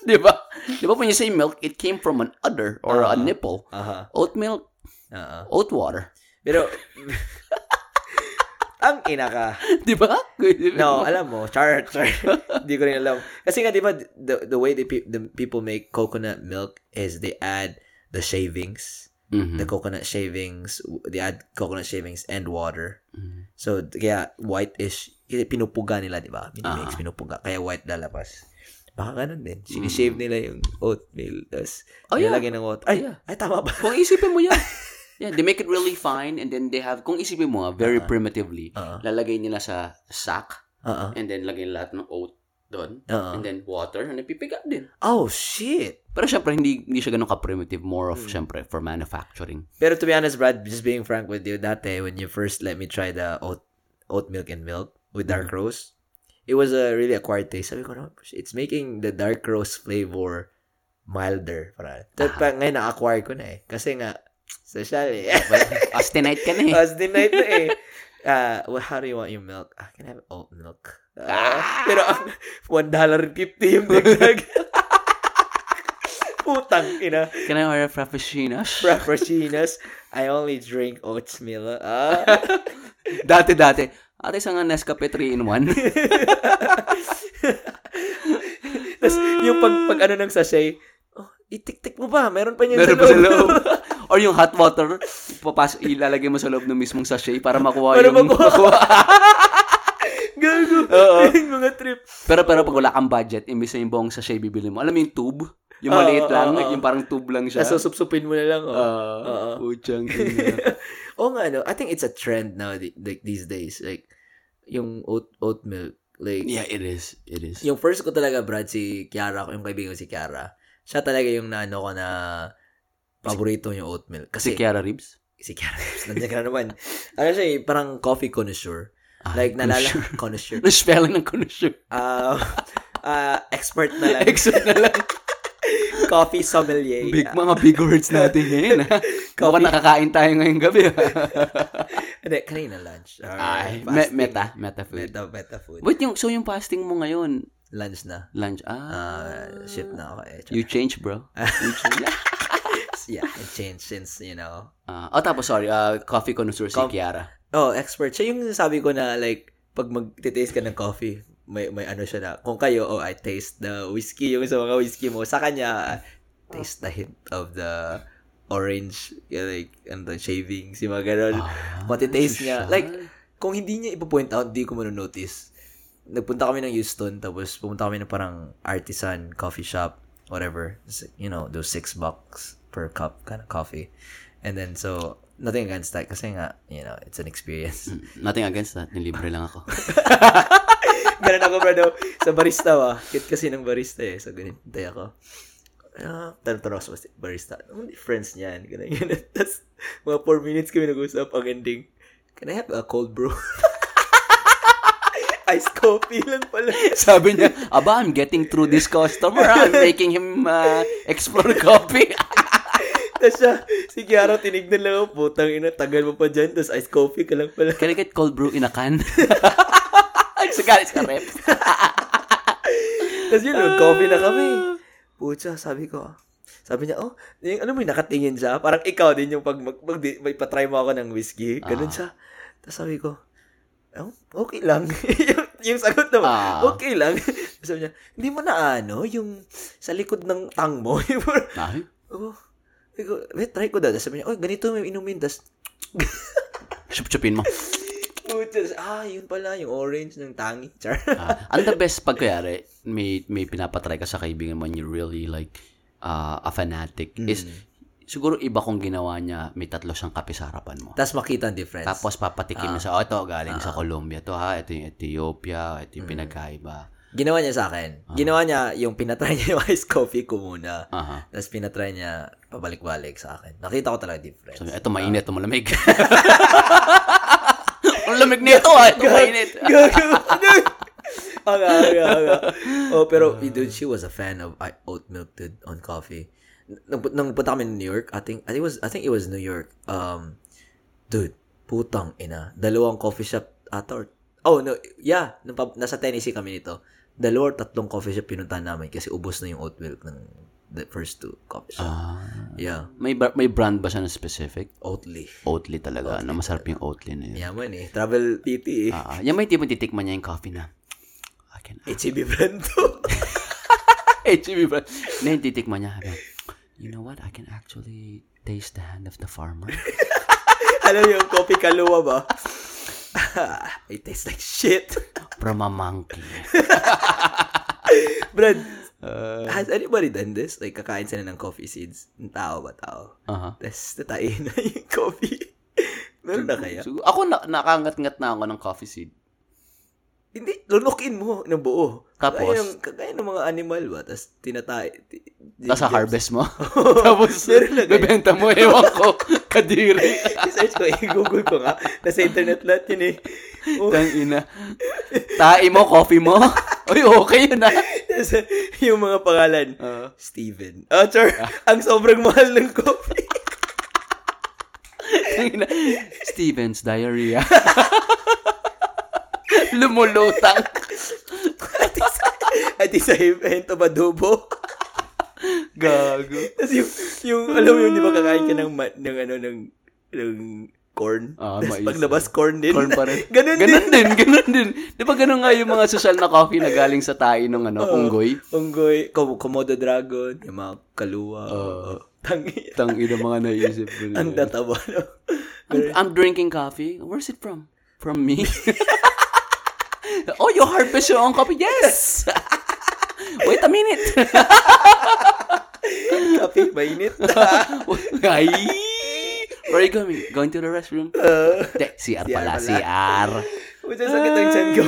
Speaker 2: diba? Diba when you say milk, it came from an udder or a
Speaker 1: Uh-huh.
Speaker 2: nipple.
Speaker 1: Aha,
Speaker 2: Oat milk,
Speaker 1: oo.
Speaker 2: oat water.
Speaker 1: Pero, ang ina ka.
Speaker 2: Diba?
Speaker 1: No, alam mo, char, char. Hindi ko rin alam. Kasi nga, di ba, the, the way the, pe- the people make coconut milk is they add the shavings,
Speaker 2: Mhm.
Speaker 1: the coconut shavings, they add coconut shavings and water.
Speaker 2: Mhm.
Speaker 1: So, kaya white-ish, kasi pinupuga nila, di ba? Minimix,
Speaker 2: Ah.
Speaker 1: pinupuga. Kaya white lalabas. Baka ganun din. Sinishave nila yung oatmeal. Tapos,
Speaker 2: Hmm. Oh, yeah.
Speaker 1: nilalagay ng oat. Ay,
Speaker 2: Yeah.
Speaker 1: ay, tama ba?
Speaker 2: Kung isipin mo yan. Yeah, they make it really fine and then they have, kung isipin mo, ah, very
Speaker 1: Uh-huh.
Speaker 2: primitively,
Speaker 1: Oo.
Speaker 2: lalagay nila sa sack
Speaker 1: Oo.
Speaker 2: and then lagay lahat ng oat doon
Speaker 1: Oo.
Speaker 2: and then water and then pipick up din.
Speaker 1: Uh-uh. Oh, shit!
Speaker 2: Pero syempre hindi hindi siya ganun ka-primitive, more of
Speaker 1: Mm.
Speaker 2: syempre for manufacturing.
Speaker 1: Pero to be honest, Brad, just being frank with you, dati, when you first let me try the oat, oat milk and milk with dark
Speaker 2: Mm-hmm.
Speaker 1: roast, it was a really acquired taste. Sabi ko, "No, it's making the dark roast flavor milder. Para. Tapos
Speaker 2: Aha.
Speaker 1: pa, ngayon, na-acquire ko na eh. Kasi nga, social eh.
Speaker 2: Austinite ka na eh.
Speaker 1: As the night na eh. Uh, well, how do you want your milk? Ah, can I have oat milk? Ah, pero ang $1.50 yung dagdag. Putang ina.
Speaker 2: Can I order a frappuccino?
Speaker 1: Frappuccinos. I only drink oatmeal. Ah.
Speaker 2: dati dati. Ate isang Nescafe 3 in 1.
Speaker 1: Tapos yung pag, pag ano ng sachet, oh, itik-tik mo ba? Meron pa niyan
Speaker 2: Meron pa sa loob. Or yung hot water, papas ilalagay mo sa loob ng mismong sachet para makuha
Speaker 1: Para
Speaker 2: yung...
Speaker 1: makuha. Gago.
Speaker 2: Oo.
Speaker 1: Yung mga trip.
Speaker 2: Pero pero pag wala kang budget, imbis na yung buong sachet bibili mo. Alam mo yung tube? Yung
Speaker 1: Oo,
Speaker 2: maliit lang,
Speaker 1: oo, oo.
Speaker 2: yung parang tube lang siya.
Speaker 1: Tapos susupsupin mo na lang. Oh. oo.
Speaker 2: Ah, putyang ina.
Speaker 1: Oo nga, no? I think it's a trend now the- like these days. Like, yung oat, oat milk. Like,
Speaker 2: Yeah, it is. It is.
Speaker 1: yung first ko talaga, Brad, si Kiara, yung kaibigan ko si Kiara, siya talaga yung naano ko na paborito yung oat milk.
Speaker 2: si
Speaker 1: Kasi,
Speaker 2: Kiara Reeves?
Speaker 1: si Kiara, nandiyan ka na naman. Ano siya, eh, parang coffee connoisseur.
Speaker 2: Ah,
Speaker 1: Like, nalala, connoisseur.
Speaker 2: Na-spelling ng connoisseur.
Speaker 1: Uh, uh, expert na lang.
Speaker 2: Exo na lang.
Speaker 1: coffee sommelier.
Speaker 2: Big, mga big words natin ngayon. Ha? Mukhang nakakain tayo ngayong gabi. Ha?
Speaker 1: Hindi, kanina lunch. Or
Speaker 2: Ay, me-
Speaker 1: fasting.
Speaker 2: meta. Meta food.
Speaker 1: Meta, meta food.
Speaker 2: Wait, yung, so yung fasting mo ngayon,
Speaker 1: Lunch na.
Speaker 2: lunch, ah.
Speaker 1: Uh, ship na ako eh.
Speaker 2: You change, bro. You change.
Speaker 1: yeah, it changed since, you know.
Speaker 2: Ah, oh, tapos, sorry. ah, coffee connoisseur si
Speaker 1: Com-
Speaker 2: Kiara.
Speaker 1: Oh, expert. Siya yung sabi ko na like, pag mag-taste ka ng coffee, may may ano siya na, kung kayo, oh, I taste the whiskey, yung sa mga whiskey mo. Sa kanya, taste the hint of the orange, yeah, like, and the shavings, yung mga ganun.
Speaker 2: Ah,
Speaker 1: Matitaste niya.
Speaker 2: siya.
Speaker 1: Like, kung hindi niya ipo-point out, di ko manonotice. nagpunta kami ng Houston, tapos pumunta kami ng parang artisan coffee shop, whatever. You know, those six bucks per cup kind of coffee. And then, so, nothing against that kasi nga, you know, it's an experience.
Speaker 2: Nothing against that. Nilibre lang ako.
Speaker 1: ganun ako, bro. No? Sa barista, ba? Kit kasi ng barista eh. So, ganun, hintay ako. Ah, tanong tanong sa barista, anong difference niyan? Ganun, ganun. Tapos, mga 4 minutes kami nag-usap ang ending. Can I have a cold brew? Ice coffee lang pala.
Speaker 2: Sabi niya, Aba, I'm getting through this customer. ah, I'm making him uh, explore coffee.
Speaker 1: Tapos siya, si Kiara tinignan lang ako, putang ina, tagal mo pa dyan, tapos ice coffee ka lang pala.
Speaker 2: Can I get cold brew in a can? Sigaris ka rep.
Speaker 1: Tapos yun, mag-coffee na kami. Pucha, sabi ko, sabi niya, oh, yung, ano mo, yung nakatingin siya. Parang ikaw din yung pag, mag, mag, may patry mo ako ng whiskey. Ganun
Speaker 2: Ah.
Speaker 1: siya. Tapos sabi ko, oh, okay lang. yung, yung sagot naman,
Speaker 2: Ah.
Speaker 1: okay lang. Tapos sabi niya, hindi mo na ano, yung sa likod ng tang mo. Yung parang,
Speaker 2: Ay,
Speaker 1: oh, sabi ko, wait, try ko daw. Tapos sabi niya, oh, ganito may inumin. Tapos,
Speaker 2: chup-chupin mo.
Speaker 1: putas, ah, yun pala, yung orange ng tangi. Char.
Speaker 2: Ah, ang the best pag kayari, may, may pinapatry ka sa kaibigan mo and you're really like ah, a fanatic is siguro iba kung ginawa niya may tatlo siyang kape sa harapan mo.
Speaker 1: Tapos makita ang difference.
Speaker 2: Tapos papatikim na sa, oh, ito galing sa Colombia to ha, ito yung Ethiopia, ito yung pinagkaiba.
Speaker 1: Ginawa niya sa akin. Ginawa niya yung pinatry niya yung iced coffee ko muna.
Speaker 2: Aha.
Speaker 1: Tapos pinatry niya pabalik-balik sa akin. Nakita ko talaga difference.
Speaker 2: Sabi, ito mainit, ito malamig. Ang lamig nito ah, ito mainit.
Speaker 1: Gago! Aga, aga, aga. Ano, Oh,
Speaker 2: Ah.
Speaker 1: pero, dude, she was a fan of uh, oat milk, dude, on coffee. Nung, nung punta kami ng New York, I think, I think, it was, I think it was New York. Um, dude, putang ina. Dalawang coffee shop ata or, oh, no, yeah, nung, pa- nasa Tennessee kami nito. Dalawa or tatlong coffee shop pinuntahan namin kasi ubos na yung oat milk ng the first two coffee shop.
Speaker 2: Ah,
Speaker 1: yeah,
Speaker 2: may, bra- may brand ba siya na specific?
Speaker 1: Oatly.
Speaker 2: Oatly talaga. ano, masarap yung Oatly na yun.
Speaker 1: Yaman eh. Travel PT eh.
Speaker 2: Ah, yan may tipong titikman niya yung coffee na. I can
Speaker 1: HEB brand to.
Speaker 2: HEB brand. Na yung titikman niya. Sabi, you know what? I can actually taste the hand of the farmer.
Speaker 1: Alam niyo yung coffee kaluwa ba? It tastes like shit.
Speaker 2: From a monkey.
Speaker 1: Brad, has anybody done this? Like, kakain sila ng coffee seeds. Ng tao ba tao?
Speaker 2: Aha.
Speaker 1: Tapos, tatain na yung coffee. Meron na kaya?
Speaker 2: So, ako, na, nakangat-ngat na ako ng coffee seed.
Speaker 1: Hindi, lunukin mo ng buo.
Speaker 2: Tapos?
Speaker 1: Kagaya ng, kagaya ng mga animal ba? Tapos, tinatay. ti-
Speaker 2: Tapos sa
Speaker 1: dinigyan-
Speaker 2: harvest mo. Tapos,
Speaker 1: Meron na kaya?
Speaker 2: bebenta mo. Ewan ko. Kadiri.
Speaker 1: Search ko, i-google ko nga. Nasa internet lahat yun eh. Oh,
Speaker 2: Tang ina. Tae mo, coffee mo. Uy, okay yun ah.
Speaker 1: tapos, yung mga pangalan.
Speaker 2: Oo.
Speaker 1: Steven. Ah, char, ang sobrang mahal ng coffee.
Speaker 2: Tang ina. Steven's diarrhea. Lumulutang.
Speaker 1: At isa event of adobo.
Speaker 2: Gago.
Speaker 1: Tapos yung, yung, alam mo yun, di ba kakain ka ng, ma- ng ano, ng, ng corn?
Speaker 2: Ah,
Speaker 1: Tapos
Speaker 2: mais.
Speaker 1: paglabas, corn din.
Speaker 2: Corn pa rin.
Speaker 1: Ganun,
Speaker 2: ganun
Speaker 1: din.
Speaker 2: din. Ganun din. Di ba ganun nga yung mga social na coffee na galing sa tayo ng ano, unggoy?
Speaker 1: Unggoy, kom- Komodo dragon, yung mga kaluwa.
Speaker 2: Oo.
Speaker 1: Tangi.
Speaker 2: Tang ina mga naisip ko na
Speaker 1: Ang
Speaker 2: yun.
Speaker 1: databa. No?
Speaker 2: I'm, I'm drinking coffee. Where's it from? From me. oh, you harvest your own coffee? Yes! Wait a minute.
Speaker 1: Kape, mainit.
Speaker 2: Ay! Where are you going? Going to the restroom? De, CR pala,
Speaker 1: pala.
Speaker 2: CR.
Speaker 1: Puta, sakit ang tiyan ko.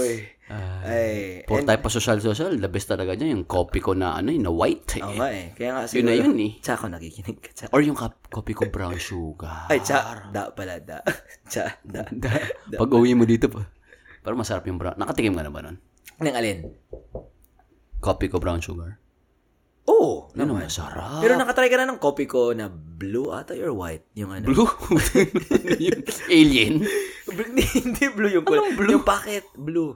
Speaker 1: Uy.
Speaker 2: Ah.
Speaker 1: Ay.
Speaker 2: Puro tayo pa social-social. The best talaga niya yung coffee ko na ano, yung na white.
Speaker 1: Oo
Speaker 2: eh.
Speaker 1: nga eh. Kaya nga
Speaker 2: Yun na
Speaker 1: siguro-
Speaker 2: yun eh.
Speaker 1: Tsaka ako nakikinig ka. Tsaka.
Speaker 2: Or yung kap- coffee ko brown sugar. Ah.
Speaker 1: Ay, tsa, da pala, da. Tsa, da.
Speaker 2: Da- Pag uwi mo dito pa. Pero masarap yung brown. Nakatikim ka na ba nun?
Speaker 1: Nang alin?
Speaker 2: Coffee ko brown sugar. Ano
Speaker 1: Oo,
Speaker 2: Yun ang
Speaker 1: naman.
Speaker 2: masarap.
Speaker 1: Pero nakatry ka na ng copy ko na blue ata or white? Yung ano?
Speaker 2: Blue. Yung Alien.
Speaker 1: Bl- hindi, hindi blue yung kulay.
Speaker 2: Anong blue?
Speaker 1: Yung packet, blue.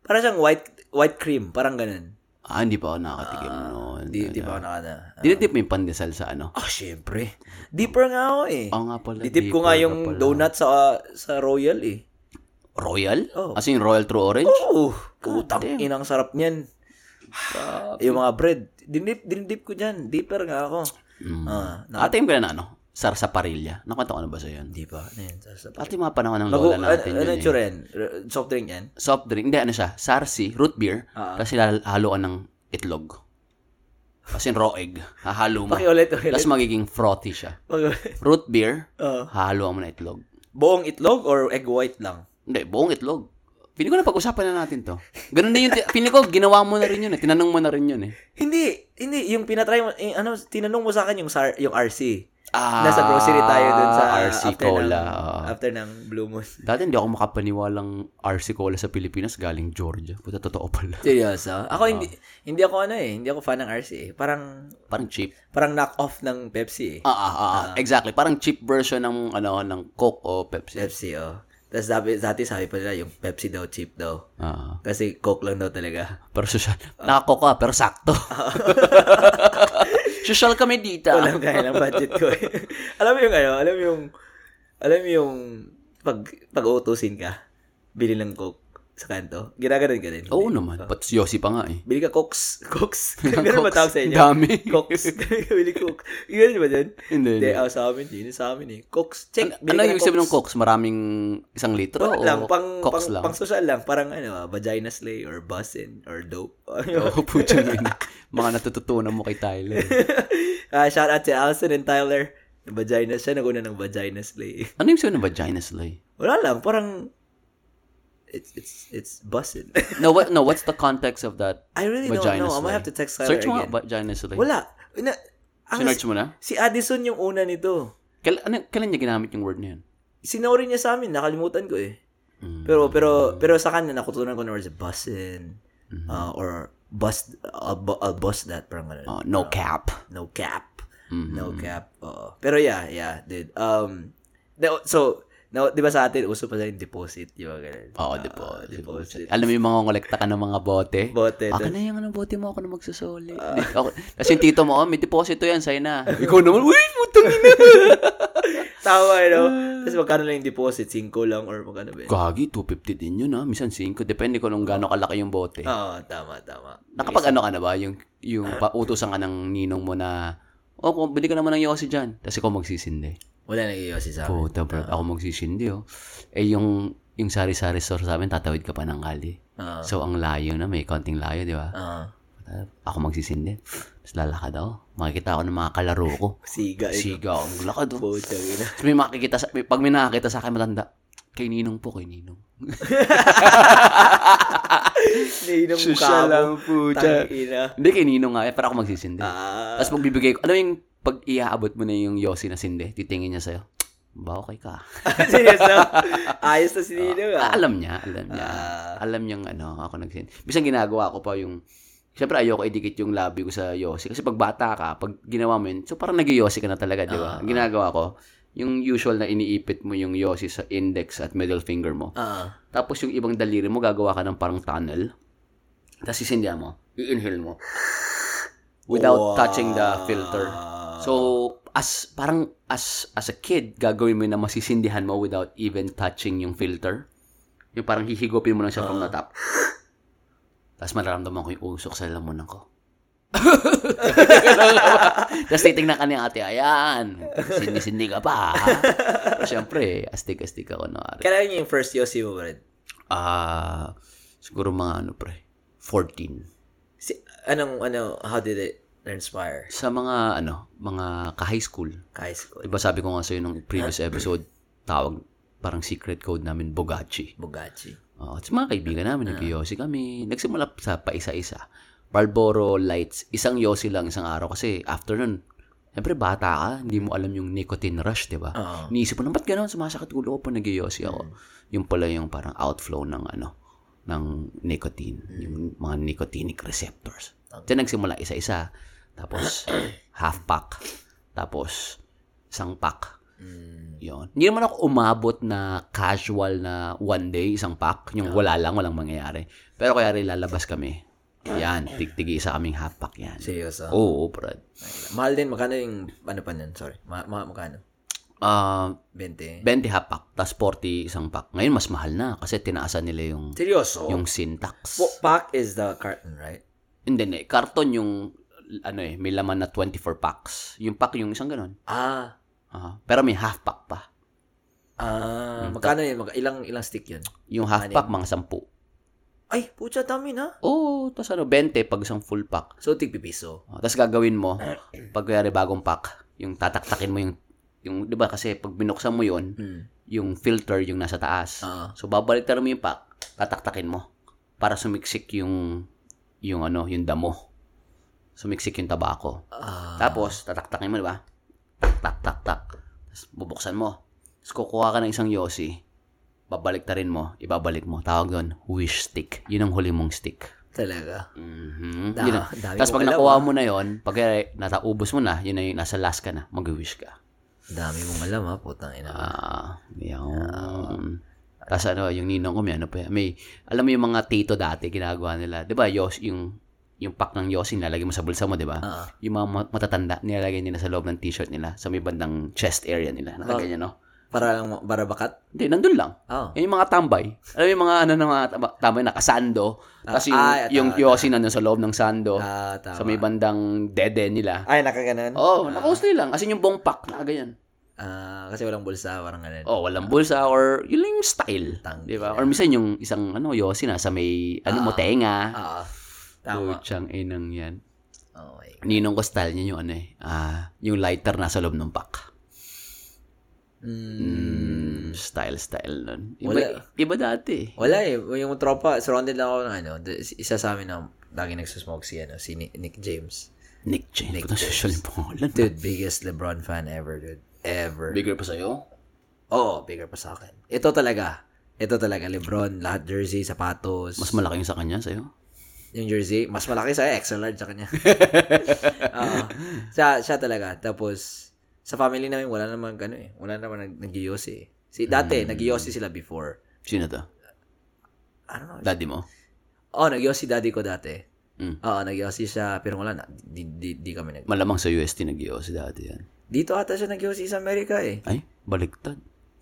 Speaker 1: Para siyang white white cream, parang ganun.
Speaker 2: Ah, hindi pa ako nakakatikim nun.
Speaker 1: Ah, Di, di ba ako nakana?
Speaker 2: Dinidip mo yung pandesal sa ano?
Speaker 1: Ah, syempre. Deeper nga ako eh.
Speaker 2: Oo nga pala.
Speaker 1: Ditip ko nga
Speaker 2: deeper
Speaker 1: yung
Speaker 2: ka pala.
Speaker 1: donut sa sa Royal eh.
Speaker 2: Royal?
Speaker 1: Oh.
Speaker 2: As in Royal True Orange?
Speaker 1: Oh, putang inang sarap niyan. yung mga bread, dinip, dinip ko dyan. Deeper nga ako.
Speaker 2: Mm.
Speaker 1: Ah,
Speaker 2: Nakatikim ka na na ano? Sar sa parilla. Nakwento ko na ba sa yun?
Speaker 1: Di ba? Ano yun? Sarsa pa.
Speaker 2: At yung mga panahon ng
Speaker 1: Magu-
Speaker 2: lola
Speaker 1: ano,
Speaker 2: natin
Speaker 1: ano
Speaker 2: yun
Speaker 1: yung
Speaker 2: eh.
Speaker 1: tsura yan? R- Soft drink yan?
Speaker 2: Soft drink. Hindi, ano siya? Sarsi, root beer.
Speaker 1: Ah.
Speaker 2: Tapos haluan ng itlog. Kasi raw egg. Hahalo mo.
Speaker 1: Pakiulit, ulit.
Speaker 2: Tapos magiging frothy siya.
Speaker 1: Pakiulit.
Speaker 2: Root beer,
Speaker 1: Oo.
Speaker 2: hahalo mo na itlog.
Speaker 1: Uh, buong itlog or egg white lang?
Speaker 2: Hindi, buong itlog. Pili ko na pag-usapan na natin to. Ganun din yung, pili ko, ginawa mo na rin yun eh. Tinanong mo na rin yun eh.
Speaker 1: Hindi, hindi. Yung pinatry mo, yung ano, tinanong mo sa akin yung, sar, yung RC.
Speaker 2: Ah,
Speaker 1: Nasa grocery tayo dun sa
Speaker 2: RC
Speaker 1: after
Speaker 2: Cola.
Speaker 1: Ng,
Speaker 2: oo.
Speaker 1: after ng Blue Moon.
Speaker 2: Dati hindi ako makapaniwalang RC Cola sa Pilipinas galing Georgia. Puta, totoo pala.
Speaker 1: Seryoso? Ako hindi, hindi ako ano eh, hindi ako fan ng RC eh. Parang,
Speaker 2: Parang cheap.
Speaker 1: parang knock-off ng Pepsi eh.
Speaker 2: Ah, ah, ah, ah, exactly. Parang cheap version ng ano ng Coke o Pepsi.
Speaker 1: Pepsi oh. Tapos dati, dati sabi pa nila yung Pepsi daw cheap daw.
Speaker 2: Ah. ah.
Speaker 1: Kasi Coke lang daw talaga.
Speaker 2: pero social. Nakako ka, pero sakto. social kami dito. ah.
Speaker 1: Alam kaya ng budget ko eh. alam mo yung ano, alam mo yung, alam mo yung pag, pag utusin ka, bili ng Coke sa kanto. Ginaganon ka din.
Speaker 2: Oo naman. Pats Yossi pa nga eh.
Speaker 1: Bili ka Cokes. Cokes. Ganun ba
Speaker 2: Cokes.
Speaker 1: tawag sa inyo?
Speaker 2: Ang dami.
Speaker 1: Cokes. Bili Coke. Ganun ba dyan?
Speaker 2: Hindi,
Speaker 1: Hindi,
Speaker 2: hindi.
Speaker 1: ah, sa amin, hindi sa amin eh. Cokes. Check.
Speaker 2: Ano yung sabi ng Cokes? Maraming isang litro?
Speaker 1: Wala
Speaker 2: o
Speaker 1: lang, pang,
Speaker 2: Cokes
Speaker 1: pang,
Speaker 2: lang?
Speaker 1: pang social lang. Parang ano, ah, vagina slay or bussin or dope.
Speaker 2: Oo, putang ina. Mga natututunan mo kay Tyler.
Speaker 1: Ah, shout out to Allison and Tyler. Vagina siya, naguna ng vagina slay.
Speaker 2: Ano yung sabi ng vagina slay?
Speaker 1: Wala lang, parang it's it's it's bussin.
Speaker 2: No, what, no, what's the context of that?
Speaker 1: I really
Speaker 2: Vagina
Speaker 1: don't know. I
Speaker 2: slay.
Speaker 1: might have to text Tyler
Speaker 2: Search mo nga,
Speaker 1: again.
Speaker 2: vagina slay.
Speaker 1: Wala. Na, ang,
Speaker 2: Sinerch mo na?
Speaker 1: si Addison yung una nito.
Speaker 2: Kailan, ano, kailan niya ginamit yung word na yun?
Speaker 1: Sinori niya sa amin, nakalimutan ko eh.
Speaker 2: Mm.
Speaker 1: Pero pero pero sa kanya nakutunan ko na words bussin
Speaker 2: Mm-hmm.
Speaker 1: ah, or bust I'll, bu- I'll bust that parang ganun.
Speaker 2: Oh, no cap.
Speaker 1: no cap.
Speaker 2: Mhm.
Speaker 1: No cap. Oo. Pero yeah, yeah, dude. Um, na- so, na, di ba sa atin, uso pa sa yung deposit, yung mga ganun.
Speaker 2: Oo,
Speaker 1: Ah,
Speaker 2: di po. di po.
Speaker 1: deposit.
Speaker 2: Alam mo yung mga kolekta ka ng mga bote?
Speaker 1: Bote.
Speaker 2: Ako na yung anong bote mo, ako na magsasoli. Di- ako, kasi yung tito mo, oh, may deposito yan, sa'yo na. Ikaw naman, uy, putang ina.
Speaker 1: Tama, you know? Tapos magkano lang yung deposit? 5 lang or magkano ba? yun?
Speaker 2: Gagi, 250 din yun ha. Minsan 5, depende kung anong gano'ng kalaki yung bote.
Speaker 1: Oo, tama, tama.
Speaker 2: Nakapag ano ka na ba? Yung, yung pautosan ka ng ninong mo na, oh, kung bili ka naman ng yosi dyan. Tapos ikaw magsisindi.
Speaker 1: Wala nang iyosi sa amin.
Speaker 2: Puta, bro. Ako magsisindi, oh. Eh, yung, yung sari-sari store sa amin, tatawid ka pa ng kali.
Speaker 1: Ah.
Speaker 2: So, ang layo na. May konting layo, di ba?
Speaker 1: Ah,
Speaker 2: Ako magsisindi. Tapos lalakad ako. Makikita ako ng mga kalaro ko.
Speaker 1: siga. Siga.
Speaker 2: Siga akong lakad, oh.
Speaker 1: Puta, ina.
Speaker 2: Tapos may makikita sa, may, pag may nakakita sa akin matanda, kay Ninong po, kay Ninong.
Speaker 1: Nainang mukha
Speaker 2: Siya
Speaker 1: mo.
Speaker 2: po,
Speaker 1: Tang ina.
Speaker 2: Hindi, kay Ninong nga. Eh, pero ako magsisindi.
Speaker 1: Ah,
Speaker 2: Tapos magbibigay ko, ano yung pag iaabot mo na yung yosi na sindi, titingin niya sa'yo, ba okay ka?
Speaker 1: seryoso. Ayos na si Ninong, ah.
Speaker 2: Ah, alam niya, alam niya.
Speaker 1: Ah.
Speaker 2: alam niyang ano, ako nagsindi. Bisan ginagawa ko pa yung, Siyempre, ayoko idikit yung labi ko sa yosi. Kasi pag bata ka, pag ginawa mo yun, so parang nag yosi ka na talaga, di ba? Ang ginagawa ko, yung usual na iniipit mo yung yosi sa index at middle finger mo.
Speaker 1: Ah,
Speaker 2: Tapos yung ibang daliri mo, gagawa ka ng parang tunnel. Tapos sisindihan mo, i-inhale mo. Without
Speaker 1: Wow.
Speaker 2: touching the filter. So, as parang as as a kid, gagawin mo na masisindihan mo without even touching yung filter. Yung parang hihigopin mo lang siya from the top. Tapos mararamdaman ko yung usok sa lamunan ko. Tapos titignan ka ni ate, ayan, sinisindi ka pa. ha?" Siyempre, astig-astig ako na. ari.
Speaker 1: Kailan niyo yung first yosi mo, Brad?
Speaker 2: Ah, siguro mga ano pre, 14.
Speaker 1: Si, anong, ano, how did it inspire?
Speaker 2: Sa mga ano, mga ka-high school.
Speaker 1: High school.
Speaker 2: Diba sabi ko nga sa'yo nung previous episode, tawag parang secret code namin, Bogachi.
Speaker 1: Bugachi.
Speaker 2: Oh, at sa mga kaibigan namin, nag-yosi kami. Nagsimula sa paisa-isa. Marlboro Lights, isang yosi lang isang araw kasi after nun, siyempre bata ka, hindi mo alam yung nicotine rush, di ba?
Speaker 1: Oo.
Speaker 2: Iniisip mo na, ba't ganun? Sumasakit ulo ko pag nag ako. Yung pala yung parang outflow ng ano, ng nicotine. Yung mga nicotinic receptors. Then nagsimula isa-isa. Tapos, half pack. Tapos, isang pack.
Speaker 1: mm.
Speaker 2: Yun. Hindi naman ako umabot na casual na one day, isang pack. Yung wala lang, walang mangyayari. Pero kaya rin lalabas kami. Yan, tigtigi isa kaming half pack yan.
Speaker 1: Seryoso.
Speaker 2: Oo, brad.
Speaker 1: Mahal din, magkano yung, ano pa nun, sorry. Ma, ma, magkano?
Speaker 2: Ah,
Speaker 1: 20.
Speaker 2: 20 half pack, tapos 40 isang pack. Ngayon, mas mahal na kasi tinaasan nila yung
Speaker 1: Seryoso?
Speaker 2: yung syntax.
Speaker 1: Po- pack is the carton, right?
Speaker 2: Hindi, hindi. Karton yung, ano eh, may laman na 24 packs. Yung pack yung isang ganun.
Speaker 1: Ah,
Speaker 2: Uh-huh. Pero may half pack pa.
Speaker 1: Ah,
Speaker 2: Hmm,
Speaker 1: magkano yun? Mag- ilang, ilang stick yun?
Speaker 2: Yung half pack, mga sampu.
Speaker 1: Ay, putya, dami na.
Speaker 2: Oo, oh, tapos ano, 20 pag isang full pack.
Speaker 1: So, tigpipiso.
Speaker 2: Oh, tapos gagawin mo, pag kuyari bagong pack, yung tataktakin mo yung, yung di ba kasi pag binuksan mo yun,
Speaker 1: Mm.
Speaker 2: yung filter yung nasa taas.
Speaker 1: Ah.
Speaker 2: So, babaliktaran mo yung pack, tataktakin mo para sumiksik yung, yung ano, yung damo. Sumiksik yung tabako.
Speaker 1: Ah.
Speaker 2: Tapos, tataktakin mo, di ba? Tak, tak, tak, tak. Tapos, bubuksan mo. Tapos, kukuha ka ng isang Yossi. Babalik rin mo. Ibabalik mo. Tawag doon, wish stick. Yun ang huli mong stick.
Speaker 1: Talaga.
Speaker 2: Mhm.
Speaker 1: Da-
Speaker 2: Yun ang-
Speaker 1: dami
Speaker 2: Tapos,
Speaker 1: mo
Speaker 2: pag
Speaker 1: alam,
Speaker 2: nakuha
Speaker 1: Mm-hmm.
Speaker 2: mo
Speaker 1: ah.
Speaker 2: na yon pag eh, nataubos mo na, yun na yung nasa last ka na, mag-wish ka.
Speaker 1: Dami mong alam, ha? Putang ina.
Speaker 2: Ah, yun. Tapos ano, yung ninong ko may ano pa, may, alam mo yung mga tito dati ginagawa nila, di ba, Yos, yung, yung pack ng Yossi, nilalagay mo sa bulsa mo, di ba?
Speaker 1: Ah.
Speaker 2: yung mga ma- matatanda, nilalagay nila sa loob ng t-shirt nila, sa may bandang chest area
Speaker 1: Ah.
Speaker 2: nila. Nakaganyan, no?
Speaker 1: Para lang, para bakat?
Speaker 2: Hindi, nandun lang.
Speaker 1: Oh.
Speaker 2: Yan yung mga tambay. Alam mo yung mga, ano, ng mga tamba- tambay, nakasando. Tapos yung,
Speaker 1: Ah, ah,
Speaker 2: yung
Speaker 1: tama,
Speaker 2: yosi nandun sa loob ng sando,
Speaker 1: Ah, tama.
Speaker 2: sa may bandang dede nila.
Speaker 1: Ay, nakaganan?
Speaker 2: Oo, oh, nakausli lang. As in yung buong pack, nakaganyan.
Speaker 1: Ah, kasi walang bulsa, parang ganun.
Speaker 2: Oh, walang bulsa or yun lang yung style.
Speaker 1: Tangina.
Speaker 2: Di ba? Or minsan yung isang, ano, yosi na sa may, ano mo, tenga.
Speaker 1: Ah, tama.
Speaker 2: Putsang inang yan.
Speaker 1: Oh my God.
Speaker 2: Ninong ko style niya yung ano eh, ah, yung lighter nasa loob ng pack.
Speaker 1: Mm,
Speaker 2: Mm, style style nun.
Speaker 1: Wala.
Speaker 2: Iba, iba dati.
Speaker 1: wala eh. Yung tropa, surrounded lang ako ng ano. the- Isa sa amin na lagi nagsusmoke si, ano, si Ni- Nick James.
Speaker 2: Nick James.
Speaker 1: Nick
Speaker 2: Nick James. Social yung pangalan.
Speaker 1: Dude, biggest LeBron fan ever, dude. Ever.
Speaker 2: Bigger pa sa'yo?
Speaker 1: Oo, bigger pa sa akin. Ito talaga. Ito talaga, Lebron, lahat jersey, sapatos.
Speaker 2: Mas malaki yung sa kanya sa'yo?
Speaker 1: yung jersey, mas malaki sa extra large sa kanya. Oo. siya, siya talaga. Tapos, sa family namin, wala naman ano eh. Wala naman nag nag eh. Si, dati, nag sila before.
Speaker 2: Sino to?
Speaker 1: I don't know.
Speaker 2: Daddy mo?
Speaker 1: oh, nag daddy ko dati.
Speaker 2: Mm.
Speaker 1: Oo, nag siya. Pero wala na. Di, di, di kami nag...
Speaker 2: Malamang sa UST nag si dati yan.
Speaker 1: Dito ata siya nag sa Amerika eh.
Speaker 2: Ay, baliktad.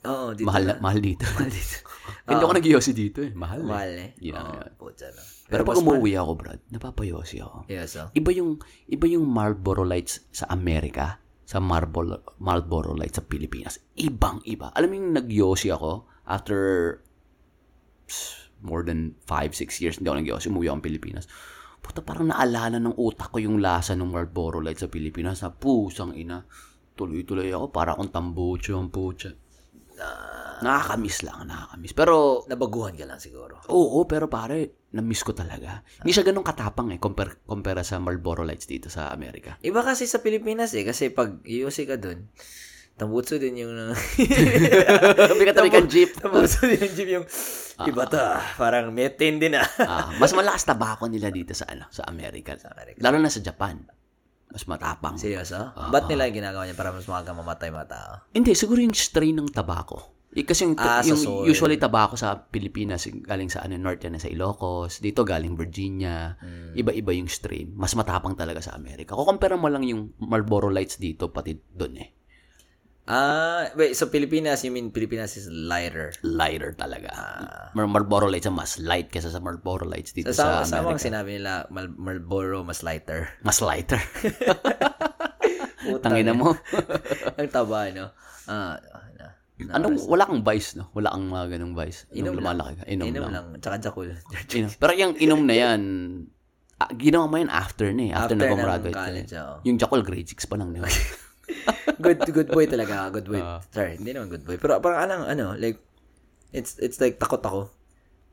Speaker 1: Oo, dito.
Speaker 2: Mahal, na, mahal dito. Mahal dito. Hindi ako nag dito eh. Mahal eh.
Speaker 1: Mahal eh.
Speaker 2: Yeah,
Speaker 1: Oo,
Speaker 2: yeah.
Speaker 1: putya na.
Speaker 2: Pero pag umuwi ako, Brad, napapayosi ako.
Speaker 1: Yeah, so.
Speaker 2: Iba yung iba yung Marlboro Lights sa Amerika sa Marlboro Marlboro Lights sa Pilipinas. Ibang iba. Alam mo yung nagyosi ako after pss, more than 5 6 years hindi ako nagyosi, umuwi ako ng Pilipinas. Puta, parang naalala ng utak ko yung lasa ng Marlboro Lights sa Pilipinas na pusang ina. Tuloy-tuloy ako para akong tambucho ang pucha. Ah, Nakakamiss lang, nakakamiss. Pero
Speaker 1: Nabaguhan ka lang siguro.
Speaker 2: Oo, pero pare, na-miss ko talaga. Hindi siya ganun katapang eh, compare, compare sa Marlboro Lights dito sa Amerika.
Speaker 1: Iba kasi sa Pilipinas eh. Kasi pag iusi ka dun, tambutso din yung...
Speaker 2: Bigat-bigat jeep.
Speaker 1: tambutso din yung jeep yung... Iba to ah. Parang methane din ah.
Speaker 2: Ah, mas malakas tabako nila dito sa ano, sa Amerika.
Speaker 1: Amerika.
Speaker 2: Lalo na sa Japan. Mas matapang.
Speaker 1: Seryoso?
Speaker 2: Ah.
Speaker 1: Ba't nila ginagawa niya para mas maaga mamatay mga tao?
Speaker 2: Hindi, siguro yung strain ng tabako. Eh, kasi yung,
Speaker 1: Ah, sa
Speaker 2: yung
Speaker 1: soil.
Speaker 2: usually tabako sa Pilipinas, yung galing sa ano, north yan, sa Ilocos, dito galing Virginia,
Speaker 1: Hmm.
Speaker 2: iba-iba yung strain. Mas matapang talaga sa Amerika. Kukumpara mo lang yung Marlboro Lights dito, pati doon eh.
Speaker 1: Ah, wait. So Pilipinas, you mean Pilipinas is lighter?
Speaker 2: lighter talaga. Mar Marlboro Lights ang mas light kaysa sa Marlboro Lights dito sa,
Speaker 1: Sa, sa,
Speaker 2: Amerika.
Speaker 1: ang sinabi nila, Mal- Marlboro mas lighter.
Speaker 2: Mas lighter.
Speaker 1: Putang
Speaker 2: Tangina mo.
Speaker 1: ina. Ang taba, no? Ah, ah, na. na-
Speaker 2: Anong, wala kang vice, no? Wala kang mga ganong vice. Nung
Speaker 1: Inom lang.
Speaker 2: lumalaki ka, inom,
Speaker 1: Inom
Speaker 2: lang.
Speaker 1: lang. Tsaka Jakul.
Speaker 2: Inom. Pero yung inom na yan, ah, ginawa mo yan after na eh. After, na
Speaker 1: ng
Speaker 2: gumraduate ka.
Speaker 1: college,
Speaker 2: eh.
Speaker 1: oo.
Speaker 2: Yung Jackal grade 6 pa lang na.
Speaker 1: good good boy talaga ah, good boy
Speaker 2: Ah.
Speaker 1: sorry hindi naman good boy pero parang alang ano like it's it's like takot ako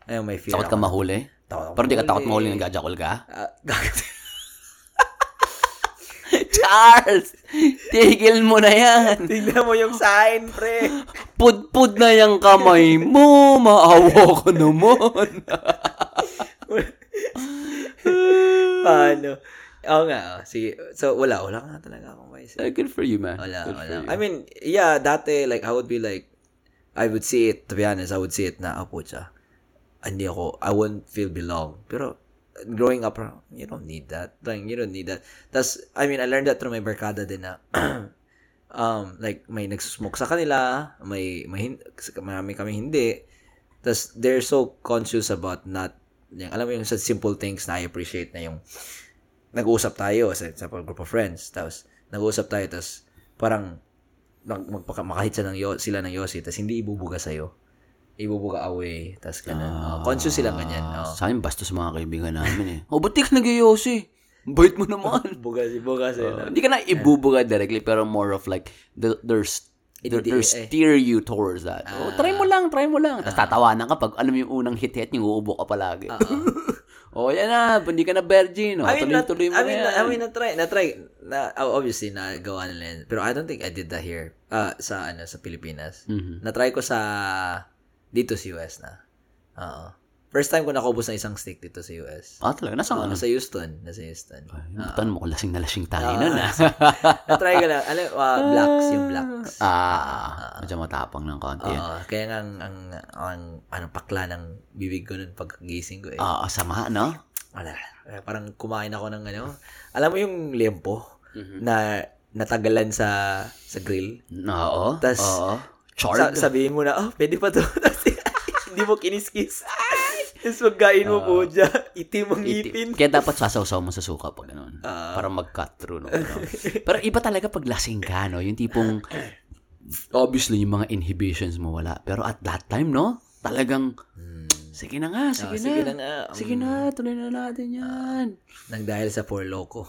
Speaker 1: ayaw may fear
Speaker 2: takot ka
Speaker 1: ako.
Speaker 2: mahuli.
Speaker 1: Takot ako
Speaker 2: Pero di ka takot
Speaker 1: mahuli.
Speaker 2: mahuli ng Jackal ka?
Speaker 1: Ah, gag-
Speaker 2: Charles! Tigil mo na yan!
Speaker 1: tignan mo yung sign pre
Speaker 2: Pudpud na yung kamay mo! Maawa ko naman!
Speaker 1: paano oo nga oh. sige so wala wala nga talaga akong vice
Speaker 2: Eh, Good for you, man.
Speaker 1: wala
Speaker 2: Good for
Speaker 1: wala
Speaker 2: you.
Speaker 1: I mean yeah dati like I would be like I would see it to be honest I would see it na apo siya hindi ako I wouldn't feel belong pero uh, growing up parang, you don't need that like you don't need that tas I mean I learned that through my barkada din na um like may nagsusmoke sa kanila may may hin- marami kami hindi tas they're so conscious about not yung, alam mo yung sa simple things na I appreciate na yung nag-uusap tayo, as an example, group of friends, tapos nag-uusap tayo, tapos parang mag, magpaka, makahit sa ng yo, sila ng yosi, tapos hindi ibubuga sa'yo. Ibubuga away, tapos ganun. Oh, conscious sila ganyan. Oh.
Speaker 2: Sa akin, Ah, bastos mga kaibigan namin eh. O, ba't di ka nag-yosi? Bait mo naman.
Speaker 1: Buga, ibuga sa'yo.
Speaker 2: Hindi ka na ibubuga directly, pero more of like, the, there's they're, they're
Speaker 1: eh.
Speaker 2: steer you towards that. Oh, try
Speaker 1: Ah.
Speaker 2: mo lang, try mo lang. Tapos tatawanan ka pag alam mo yung unang hit-hit, yung uubo ka palagi. oh, yan na, hindi ka na virgin. Oh,
Speaker 1: Ah, I mean, not,
Speaker 2: tuloy-tuloy mo
Speaker 1: I mean,
Speaker 2: na
Speaker 1: na,
Speaker 2: yan.
Speaker 1: I mean, na-try, na-try. Na, oh, obviously, nagawa nila yun. Pero I don't think I did that here. Ah, sa, ano, sa Pilipinas.
Speaker 2: Mm-hmm. Mm.
Speaker 1: Na-try ko sa, dito sa US na. Oo. First time ko nakubos na isang stick dito sa US.
Speaker 2: ah, talaga, nasa ano?
Speaker 1: Nasa Houston. Nasa Houston.
Speaker 2: Butan mo, lasing na lasing
Speaker 1: Ah.
Speaker 2: tayo ah. na na.
Speaker 1: na-try ko lang. Alam, ah, blacks, yung blacks.
Speaker 2: Ah, medyo matapang ng konti yan.
Speaker 1: Oo, kaya nga ang, ang, ang, ano, pakla ng bibig ko nun pagkagising ko eh.
Speaker 2: Ah, sama, no?
Speaker 1: Wala. Eh, Parang kumain ako ng ano. Alam mo yung lempo
Speaker 2: Mm-hmm.
Speaker 1: na natagalan sa sa grill?
Speaker 2: Oo.
Speaker 1: Tas-
Speaker 2: oo.
Speaker 1: Sa,
Speaker 2: Charred.
Speaker 1: sabihin mo na, oh, pwede pa to. Tapos hindi mo kiniskis. Tapos pagkain mo po dyan, Ah. itim ang ngipin. Ah.
Speaker 2: Kaya dapat sasawsaw mo sa suka pag ganun. para mag-cut through. No? Ganun. Pero iba talaga pag lasing ka, no? Yung tipong, obviously, yung mga inhibitions mo wala. Pero at that time, no? Talagang, sige na nga, sige,
Speaker 1: Ah, sige
Speaker 2: na.
Speaker 1: na nga. Mm. Ah,
Speaker 2: Sige na, tuloy na natin yan.
Speaker 1: Nang dahil sa poor loco.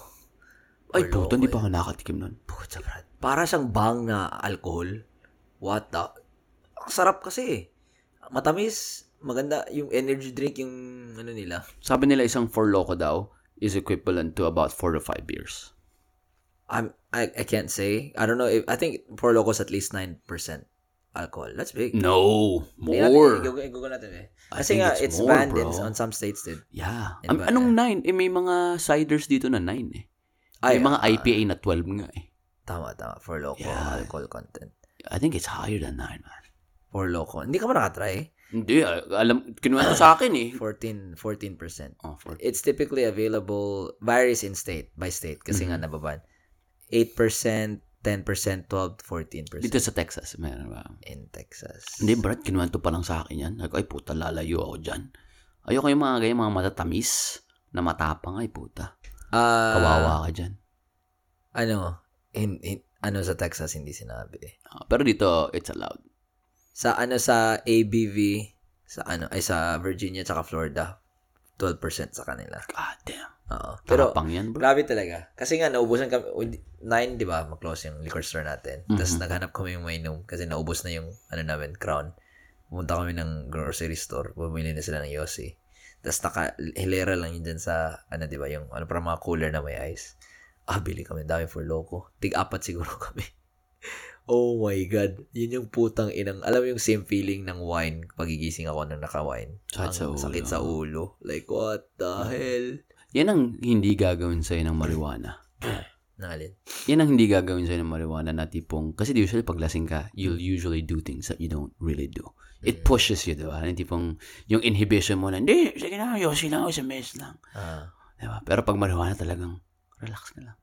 Speaker 2: Ay,
Speaker 1: eh.
Speaker 2: puto, hindi pa ako nakatikim nun.
Speaker 1: Putsa, Brad. Para siyang bang na alcohol. What the? Ang sarap kasi eh. Matamis. Maganda yung energy drink, yung ano nila.
Speaker 2: Sabi nila isang four loco daw is equivalent to about four to five beers.
Speaker 1: I'm I, I can't say. I don't know if I think for locos at least 9% alcohol. That's big.
Speaker 2: No,
Speaker 1: Tingnan natin,
Speaker 2: more.
Speaker 1: i- Google natin eh.
Speaker 2: I
Speaker 1: Kasi
Speaker 2: think
Speaker 1: nga,
Speaker 2: it's
Speaker 1: it's,
Speaker 2: more,
Speaker 1: banned in,
Speaker 2: bro.
Speaker 1: on some states din.
Speaker 2: Yeah.
Speaker 1: Yan Ano ba?
Speaker 2: Am- anong nine? Eh, may mga ciders dito na nine eh.
Speaker 1: Ay, ah.
Speaker 2: may mga IPA na 12 nga eh.
Speaker 1: Tama, tama. For loco,
Speaker 2: Yeah.
Speaker 1: alcohol content.
Speaker 2: I think it's higher than 9, man.
Speaker 1: For loco. Hindi ka ba nakatry?
Speaker 2: Hindi, ah, alam, kinuwento sa akin eh.
Speaker 1: 14, 14%.
Speaker 2: Oh, for,
Speaker 1: It's typically available, varies in state, by state. Kasi
Speaker 2: Mm-hmm.
Speaker 1: nga nababan. 8%, 10%, 12, 14%
Speaker 2: dito sa Texas, meron ba?
Speaker 1: in Texas.
Speaker 2: Hindi, Brad, kinuwento pa lang sa akin yan. Like, ay, puta, lalayo ako dyan. Ayoko yung mga ganyan, mga matatamis na matapang, ay, puta.
Speaker 1: Ah,
Speaker 2: Kawawa ka dyan.
Speaker 1: Ano, in, in, ano sa Texas hindi sinabi eh.
Speaker 2: Ah, pero dito, it's allowed.
Speaker 1: sa ano sa ABV sa ano ay sa Virginia tsaka Florida 12% sa kanila.
Speaker 2: God damn.
Speaker 1: Oo. Pero
Speaker 2: Tapang yan, bro.
Speaker 1: grabe talaga. Kasi nga naubusan kami 9, 'di ba? Mag-close yung liquor store natin.
Speaker 2: Mm-hmm.
Speaker 1: Tapos naghanap kami yung mainom kasi naubos na yung ano namin, Crown. Pumunta kami ng grocery store, bumili na sila ng Yossi. Tapos naka hilera lang yun dyan sa ano 'di ba, yung ano para mga cooler na may ice. Ah, bili kami dami for loco. Tig-apat siguro kami. Oh my God. Yun yung putang inang. Alam mo yung same feeling ng wine pagigising ako nang naka-wine.
Speaker 2: Sakit sa
Speaker 1: Ang
Speaker 2: ulo. Ah.
Speaker 1: Sakit sa ulo. Like, what the hell?
Speaker 2: Yan ang hindi gagawin sa'yo ng marijuana.
Speaker 1: Nalin.
Speaker 2: Yan ang hindi gagawin sa'yo ng marijuana na tipong, kasi usually pag lasing ka, you'll usually do things that you don't really do. It pushes you, di ba? Yung tipong, yung inhibition mo na, hindi, sige na, yosi lang, isa mes lang.
Speaker 1: Ah.
Speaker 2: Di ba? Pero pag marijuana talagang, relax na lang.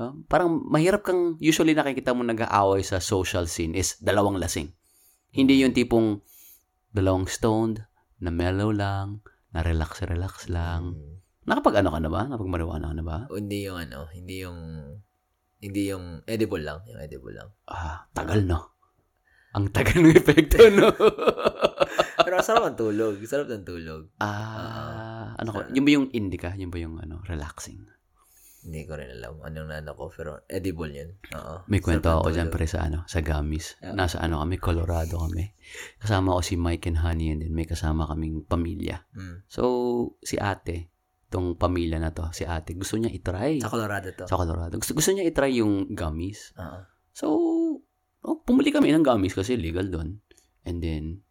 Speaker 2: Ah, parang mahirap kang, usually nakikita mo nag-aaway sa social scene is dalawang lasing. Hindi yung tipong, dalawang stoned, na mellow lang, na relax-relax lang.
Speaker 1: Mm.
Speaker 2: Nakapag ano ka na ba? Nakapag marijuana ka na ba?
Speaker 1: Hindi yung ano, hindi yung hindi yung edible lang, yung edible lang.
Speaker 2: Ah, tagal, no? Ang tagal ng epekto, no?
Speaker 1: Pero sarap ang tulog, sarap ng tulog.
Speaker 2: ah, ano ko? Yun ba yung indica? Yun ba yung ano, relaxing?
Speaker 1: Hindi ko rin alam anong nana ko, pero edible yun. Oo.
Speaker 2: May kwento
Speaker 1: Sarap ng
Speaker 2: ako dyan
Speaker 1: tulog.
Speaker 2: pre sa ano, sa Gamis. Nasa ano kami, Colorado kami. Kasama ko si Mike and Honey and then may kasama kaming pamilya.
Speaker 1: Mm.
Speaker 2: So, si ate, tong pamilya na to, si ate, gusto niya itry
Speaker 1: Sa Colorado to.
Speaker 2: sa Colorado. Gusto, gusto niya itry yung gummies.
Speaker 1: Oo.
Speaker 2: So, oh, pumili kami ng gummies kasi legal doon. And then,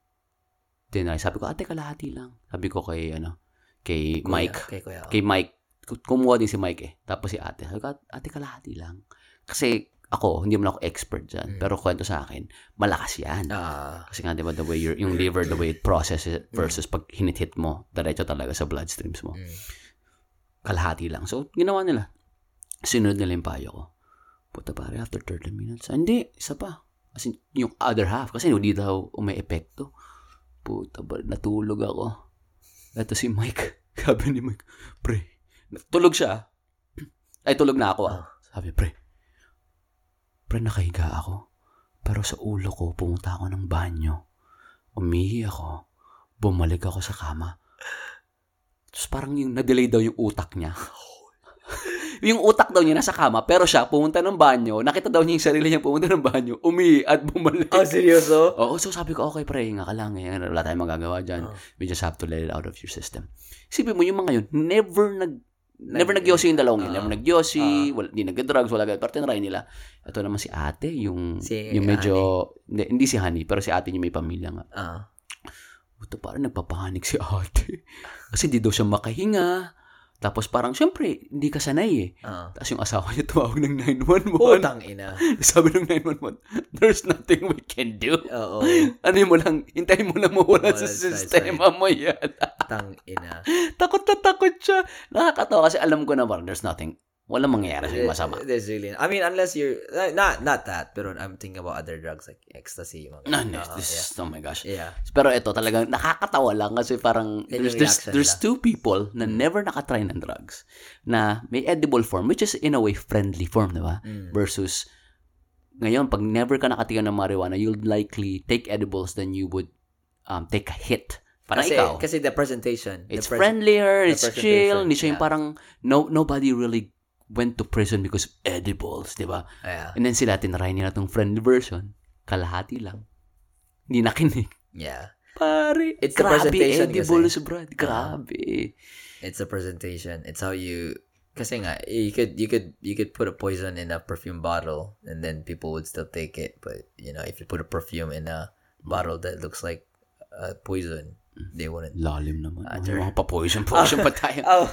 Speaker 2: tinry. Sabi ko, ate, kalahati lang. Sabi ko kay, ano, kay
Speaker 1: Kuya,
Speaker 2: Mike.
Speaker 1: Kay Kuya.
Speaker 2: Kay Mike. Ku- Kumuha din si Mike eh. Tapos si ate. Sabi ko, ate, kalahati lang. Kasi ako, hindi mo ako expert dyan.
Speaker 1: Mm.
Speaker 2: Pero kwento sa akin, malakas yan.
Speaker 1: Ah.
Speaker 2: Kasi nga, di ba, the way your, yung liver, the way it processes it versus pag hinit-hit mo, diretso talaga sa bloodstreams mo
Speaker 1: Mm.
Speaker 2: kalahati lang. So, ginawa nila. Sinunod nila yung payo ko. Puta pare, after 30 minutes. "Ah, Hindi, isa pa. As in, yung other half. Kasi hindi daw epekto. Puta ba, natulog ako. Ito si Mike. Sabi ni Mike, pre, tulog siya. Ay, tulog na ako ah. Sabi, pre, pre, nakahiga ako. Pero sa ulo ko, pumunta ako ng banyo. Umihi ako. Bumalik ako sa kama. Tapos parang yung na-delay daw yung utak niya. yung utak daw niya nasa kama, pero siya pumunta ng banyo. Nakita daw niya yung sarili niya pumunta ng banyo. Umihi at bumalik.
Speaker 1: Oh, seryoso?
Speaker 2: Oo, so sabi ko, okay, pre, nga ka lang. Yan, wala tayong magagawa dyan.
Speaker 1: Oh.
Speaker 2: We just have to let it out of your system. Isipin mo, yung mga yun, never nag... Never
Speaker 1: Nag-
Speaker 2: nagyosi yung dalawang yun.
Speaker 1: Ah.
Speaker 2: Never nagyosi, wala, hindi nag-drugs, wala ganun. Pero tinry nila. Ito naman si ate, yung,
Speaker 1: Si
Speaker 2: yung medyo, hindi, hindi si Honey, pero si ate yung may pamilya nga.
Speaker 1: Ah.
Speaker 2: Buto parang nagpapanik si ate. Kasi hindi daw siya makahinga. Tapos parang, syempre, hindi ka sanay eh.
Speaker 1: Ah.
Speaker 2: Tapos yung asawa niya tumawag ng 911.
Speaker 1: Putang ina.
Speaker 2: Sabi ng 911, there's nothing we can do.
Speaker 1: Oo.
Speaker 2: Ano mo lang, hintayin mo lang mawala
Speaker 1: Mawala
Speaker 2: sa
Speaker 1: sa
Speaker 2: sistema mo yan.
Speaker 1: Tang ina.
Speaker 2: takot na takot siya. Nakakatawa kasi alam ko na parang there's nothing. Walang mangyayari sa'yo masama.
Speaker 1: There's really, I mean, unless you're, not not that, pero I'm thinking about other drugs like ecstasy. Mga,
Speaker 2: No, no,
Speaker 1: Ah,
Speaker 2: this is, oh my gosh.
Speaker 1: yeah. yeah.
Speaker 2: Pero ito talagang nakakatawa lang kasi parang
Speaker 1: Yan yung
Speaker 2: there's, there's,
Speaker 1: reaction
Speaker 2: there's
Speaker 1: nila.
Speaker 2: two people na never nakatry ng drugs na may edible form which is in a way friendly form, di ba?
Speaker 1: Mm.
Speaker 2: Versus ngayon, pag never ka nakatingin ng marijuana, you'll likely take edibles than you would um, take a hit. Parang
Speaker 1: Kasi,
Speaker 2: ikaw.
Speaker 1: kasi the presentation. the
Speaker 2: It's
Speaker 1: pres-
Speaker 2: friendlier,
Speaker 1: the
Speaker 2: it's chill,
Speaker 1: presentation,
Speaker 2: hindi siya yung
Speaker 1: yeah.
Speaker 2: parang no, nobody really went to prison because of edibles, di ba?
Speaker 1: Yeah.
Speaker 2: And then sila, tinry nila tong friendly version, kalahati lang. Hindi nakinig.
Speaker 1: yeah.
Speaker 2: Pare,
Speaker 1: It's the
Speaker 2: grabe,
Speaker 1: presentation
Speaker 2: edibles, brad. Grabe.
Speaker 1: It's a presentation. It's how you, kasi nga, you could, you could, you could put a poison in a perfume bottle and then people would still take it. But, you know, if you put a perfume in a bottle that looks like uh, poison, they wouldn't.
Speaker 2: Lalim naman. Ano,
Speaker 1: Sure.
Speaker 2: mga pa-poison, poison pa tayo.
Speaker 1: Oh.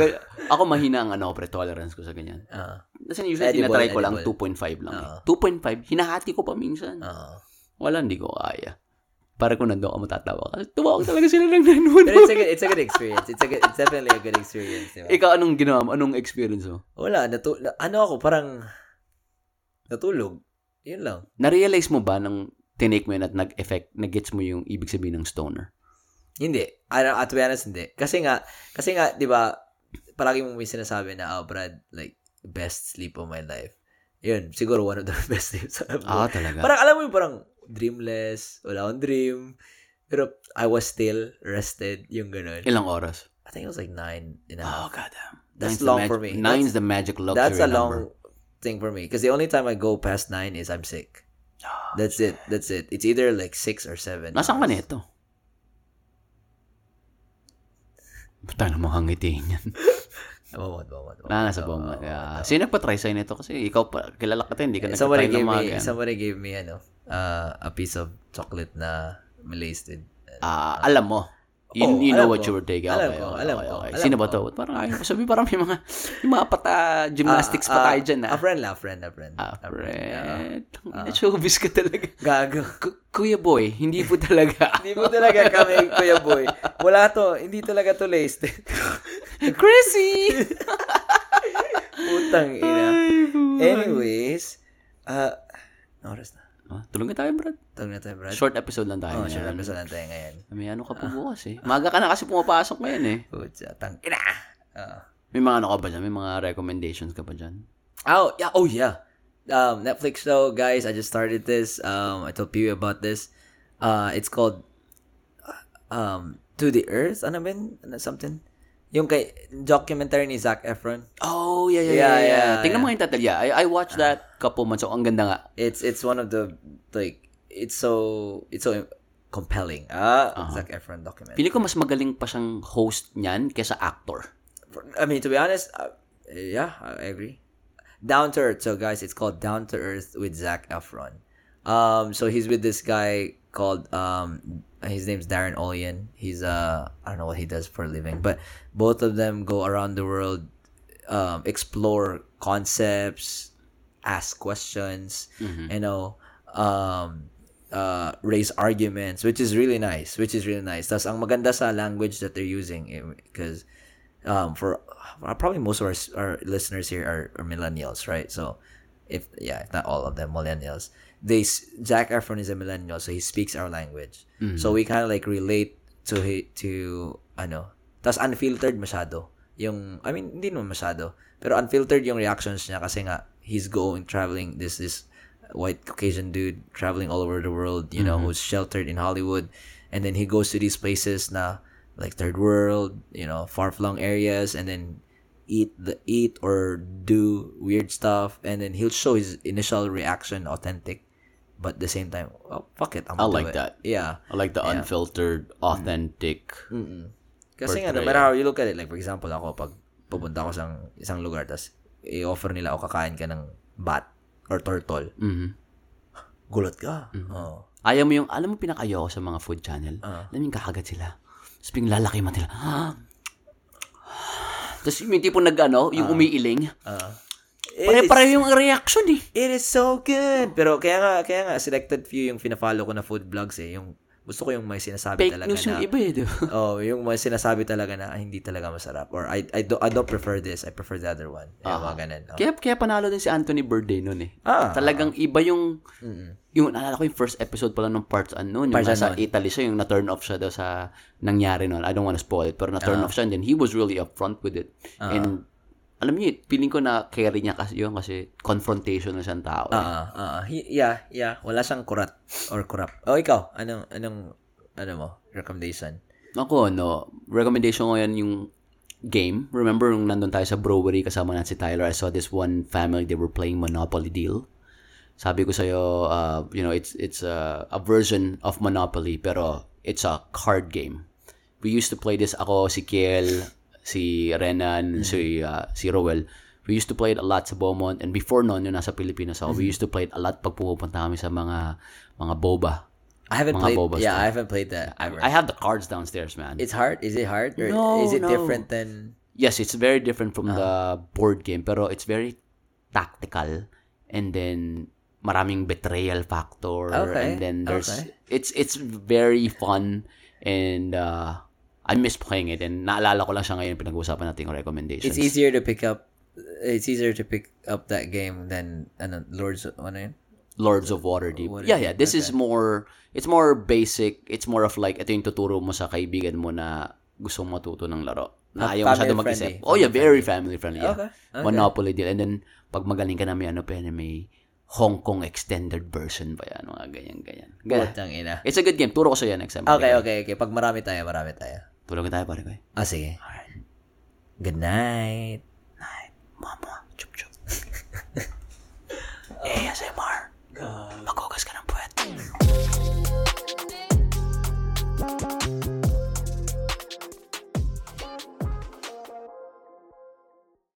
Speaker 2: Kaya- ako mahina ang ano, pre, tolerance ko sa ganyan.
Speaker 1: Uh,
Speaker 2: Kasi usually,
Speaker 1: Edible,
Speaker 2: tinatry ko lang
Speaker 1: edible.
Speaker 2: 2.5 lang.
Speaker 1: Oo.
Speaker 2: eh. 2.5, hinahati ko pa minsan.
Speaker 1: uh.
Speaker 2: Wala, hindi ko kaya. Para kung nandun ka matatawa. ka. Tumawag talaga sila ng 911.
Speaker 1: But it's a good, it's a good experience. It's a good, it's definitely a good experience. Diba?
Speaker 2: Ikaw, anong ginawa mo? Anong experience mo?
Speaker 1: Wala, natu- na- ano ako, parang natulog. Yun lang.
Speaker 2: Narealize mo ba nang tinake mo yun at nag-effect, nag-gets mo yung ibig sabihin ng stoner?
Speaker 1: Hindi. I don't, to be honest, hindi. Kasi nga, kasi nga, di ba, palagi mong may sinasabi na, oh, Brad, like, best sleep of my life. Yun, siguro one of the best sleeps I've
Speaker 2: Ah, talaga?
Speaker 1: Parang, alam mo yung parang, dreamless, wala akong dream, pero I was still rested, yung ganun.
Speaker 2: Ilang oras?
Speaker 1: I think it was like nine and a half.
Speaker 2: Oh, god damn. Nine's
Speaker 1: That's
Speaker 2: the
Speaker 1: long
Speaker 2: mag-
Speaker 1: for me.
Speaker 2: Nine's the magic luxury
Speaker 1: That's a long
Speaker 2: number.
Speaker 1: thing for me. Because the only time I go past nine is I'm sick. That's it. That's it. It's either like six or seven.
Speaker 2: Ah, Nasaan ka
Speaker 1: hours.
Speaker 2: nito? Puta na mukhang ngitiin yan.
Speaker 1: Bawat, bawat, bawat.
Speaker 2: Ah, nasa
Speaker 1: Oo,
Speaker 2: bongga.
Speaker 1: oo,
Speaker 2: Yeah.
Speaker 1: oo.
Speaker 2: Sino nagpa-try sa'yo nito? Kasi ikaw pa, kilala ka tayo, hindi ka
Speaker 1: Somebody
Speaker 2: nagpa-try
Speaker 1: gave
Speaker 2: ng mga
Speaker 1: me,
Speaker 2: ganyan.
Speaker 1: somebody gave me, ano, uh, a piece of chocolate na malaced with,
Speaker 2: Ah, alam mo. You,
Speaker 1: Oo,
Speaker 2: you
Speaker 1: alam
Speaker 2: know what
Speaker 1: ko.
Speaker 2: you were taking.
Speaker 1: Alam
Speaker 2: okay,
Speaker 1: ko,
Speaker 2: okay,
Speaker 1: alam
Speaker 2: okay,
Speaker 1: ko,
Speaker 2: okay.
Speaker 1: alam
Speaker 2: Sino ba
Speaker 1: ko.
Speaker 2: to? Parang ayaw ko sabi, parang may mga, yung mga pata gymnastics pa
Speaker 1: Ah, ah. ah,
Speaker 2: tayo dyan.
Speaker 1: A friend la, friend, a friend.
Speaker 2: Ah,
Speaker 1: A friend, yeah.
Speaker 2: friend. Tangina, Showbiz ka talaga.
Speaker 1: Gago.
Speaker 2: Ku- Kuya boy, hindi po talaga.
Speaker 1: Hindi mo talaga kami, Kuya Boy. Wala to. Hindi talaga to laced.
Speaker 2: Chrissy!
Speaker 1: Putang ina. Anyways, uh, oras na.
Speaker 2: Ah, tulungan tayo, Brad.
Speaker 1: Tawag na tayo, Brad.
Speaker 2: Short episode lang tayo.
Speaker 1: Oh,
Speaker 2: ngayon.
Speaker 1: short episode Ah. lang tayo ngayon.
Speaker 2: May ano ka pa bukas eh. Maga ka na kasi pumapasok ngayon eh.
Speaker 1: Putsa, tang ina. Ah.
Speaker 2: May mga ano ka ba dyan? May mga recommendations ka ba dyan?
Speaker 1: Oh yeah, oh yeah. Um, Netflix show, guys. I just started this. Um, I told Peewee about this. Uh, it's called um To the Earth. Ano ba yun? Ano, something. Yung kay documentary ni Zac Efron.
Speaker 2: Oh, yeah, yeah, yeah.
Speaker 1: Yeah,
Speaker 2: yeah,
Speaker 1: yeah, Ah.
Speaker 2: Tingnan mo
Speaker 1: yeah.
Speaker 2: yung title. Yeah, I, I watched that couple months ago. Ang ganda nga.
Speaker 1: It's it's one of the like it's so it's so compelling. Ah, Zac Efron documentary.
Speaker 2: Pili ko mas magaling pa siyang host niyan kaysa actor.
Speaker 1: I mean, to be honest, uh, yeah, I agree. Down to Earth. So, guys, it's called Down to Earth with Zach Efron. Um, so he's with this guy called um, his name's Darren Olian. He's uh, I don't know what he does for a living, but both of them go around the world, um, explore concepts, ask questions, you know, um, uh, raise arguments, which is really nice. Which is really nice. That's ang maganda sa language that they're using eh, because um, for uh, probably most of our, our listeners here are, are millennials, right? So, if yeah, if not all of them millennials, they s- Zac Efron is a millennial, so he speaks our language. So we kind of like relate to he to ano. Tas unfiltered masyado yung I mean hindi naman masyado pero unfiltered yung reactions niya kasi nga he's going traveling this this white Caucasian dude traveling all over the world, you know, who's sheltered in Hollywood, and then he goes to these places na like third world, you know, far flung areas, and then eat the eat or do weird stuff, and then he'll show his initial reaction authentic, but at the same time, oh fuck it, I'm
Speaker 2: I
Speaker 1: gonna do
Speaker 2: like
Speaker 1: it.
Speaker 2: that.
Speaker 1: Yeah.
Speaker 2: I like the unfiltered, authentic.
Speaker 1: Mm-mm. Kasi
Speaker 2: Portrayal.
Speaker 1: nga, no matter how you look at it, like for example, ako pag pupunta ako sa isang lugar, tas i-offer nila ako kakain ka ng bat or turtle,
Speaker 2: Mhm.
Speaker 1: gulat ka.
Speaker 2: Mm-hmm.
Speaker 1: Oh. Oo.
Speaker 2: Ayaw mo yung, alam mo pinakayaw ko sa mga food channel? Alam mo yung kakagat sila. Tapos biglang lalaki man nila. Tapos yung tipo nag, ano, yung umiiling.
Speaker 1: It, is,
Speaker 2: Pare-pareho yung reaction eh.
Speaker 1: it is so good. Pero kaya nga, kaya nga, selected few yung fina-follow ko na food vlogs eh. Yung, gusto ko yung may sinasabi
Speaker 2: Fake
Speaker 1: talaga
Speaker 2: news
Speaker 1: na,
Speaker 2: yung iba eh, di ba?
Speaker 1: oh, yung may sinasabi talaga na, "Ah, hindi talaga masarap. Or, I, I, do, I don't prefer this. I prefer the other one. Yung mga ganun. Oh.
Speaker 2: Ah. Kaya, kaya panalo din si Anthony Bourdain nun eh.
Speaker 1: Ah.
Speaker 2: Talagang iba yung, yung naalala ko yung first episode pala ng Parts Unknown. Yung
Speaker 1: Parts ano?
Speaker 2: nasa Italy siya, yung na-turn off siya daw sa nangyari nun. I don't wanna spoil it, pero na-turn
Speaker 1: Ah.
Speaker 2: off siya and then he was really upfront with it. And alam niyo, feeling ko na carry niya kasi yun kasi confrontational siyang tao. eh.
Speaker 1: Ah, ah, ah. Hi- yeah, yeah. Wala siyang kurat or kurap. Oh, ikaw, anong, anong, ano mo, recommendation?
Speaker 2: Ako, no. Recommendation ko yan yung game. Remember nung nandun tayo sa brewery kasama natin si Tyler, I saw this one family, they were playing Monopoly deal. Sabi ko sa'yo, uh, you know, it's it's a, a version of Monopoly, pero it's a card game. We used to play this, ako, si Kiel, si Renan, si, uh, si Roel. We used to play it a lot sa Beaumont, and before noon, yung nasa Pilipinas ako, we used to play it a lot pag pumupunta kami sa mga mga boba.
Speaker 1: I
Speaker 2: Mga
Speaker 1: haven't played,
Speaker 2: boba style.
Speaker 1: yeah, I haven't played that ever.
Speaker 2: I have the cards downstairs, man.
Speaker 1: it's hard? Is it hard? Or
Speaker 2: No,
Speaker 1: is
Speaker 2: no.
Speaker 1: it different than,
Speaker 2: Yes, it's very different from the
Speaker 1: Uh-huh.
Speaker 2: board game pero it's very tactical and then maraming betrayal factor
Speaker 1: Okay,
Speaker 2: and then there's
Speaker 1: okay.
Speaker 2: it's it's very fun and uh I miss playing it and naalala ko lang siya ngayon pinag-uusapan natin yung recommendations.
Speaker 1: it's easier to pick up, it's easier to pick up that game than, ano, Lords, ano yun?
Speaker 2: Lords of Waterdeep.
Speaker 1: Waterdeep,
Speaker 2: Yeah, yeah. This is more, it's more basic. It's more of like, ito yung tuturo mo sa kaibigan mo na gusto mong matuto ng laro. Na
Speaker 1: Ah,
Speaker 2: ayaw masyado
Speaker 1: family
Speaker 2: mag-isip.
Speaker 1: friendly.
Speaker 2: Oh yeah, very family friendly. Yeah.
Speaker 1: Okay, okay.
Speaker 2: Monopoly deal. And then, pag magaling ka na may ano pa yan, may Hong Kong extended version ba yan? Mga ganyan, ganyan. Ganyan.
Speaker 1: Putang ina.
Speaker 2: It's a good game. Turo ko sa'yo next time.
Speaker 1: Okay, okay, okay. Pag marami tayo, marami tayo.
Speaker 2: Tulungan tayo pare ko eh.
Speaker 1: Ah, sige. Ah, Good night. Uh,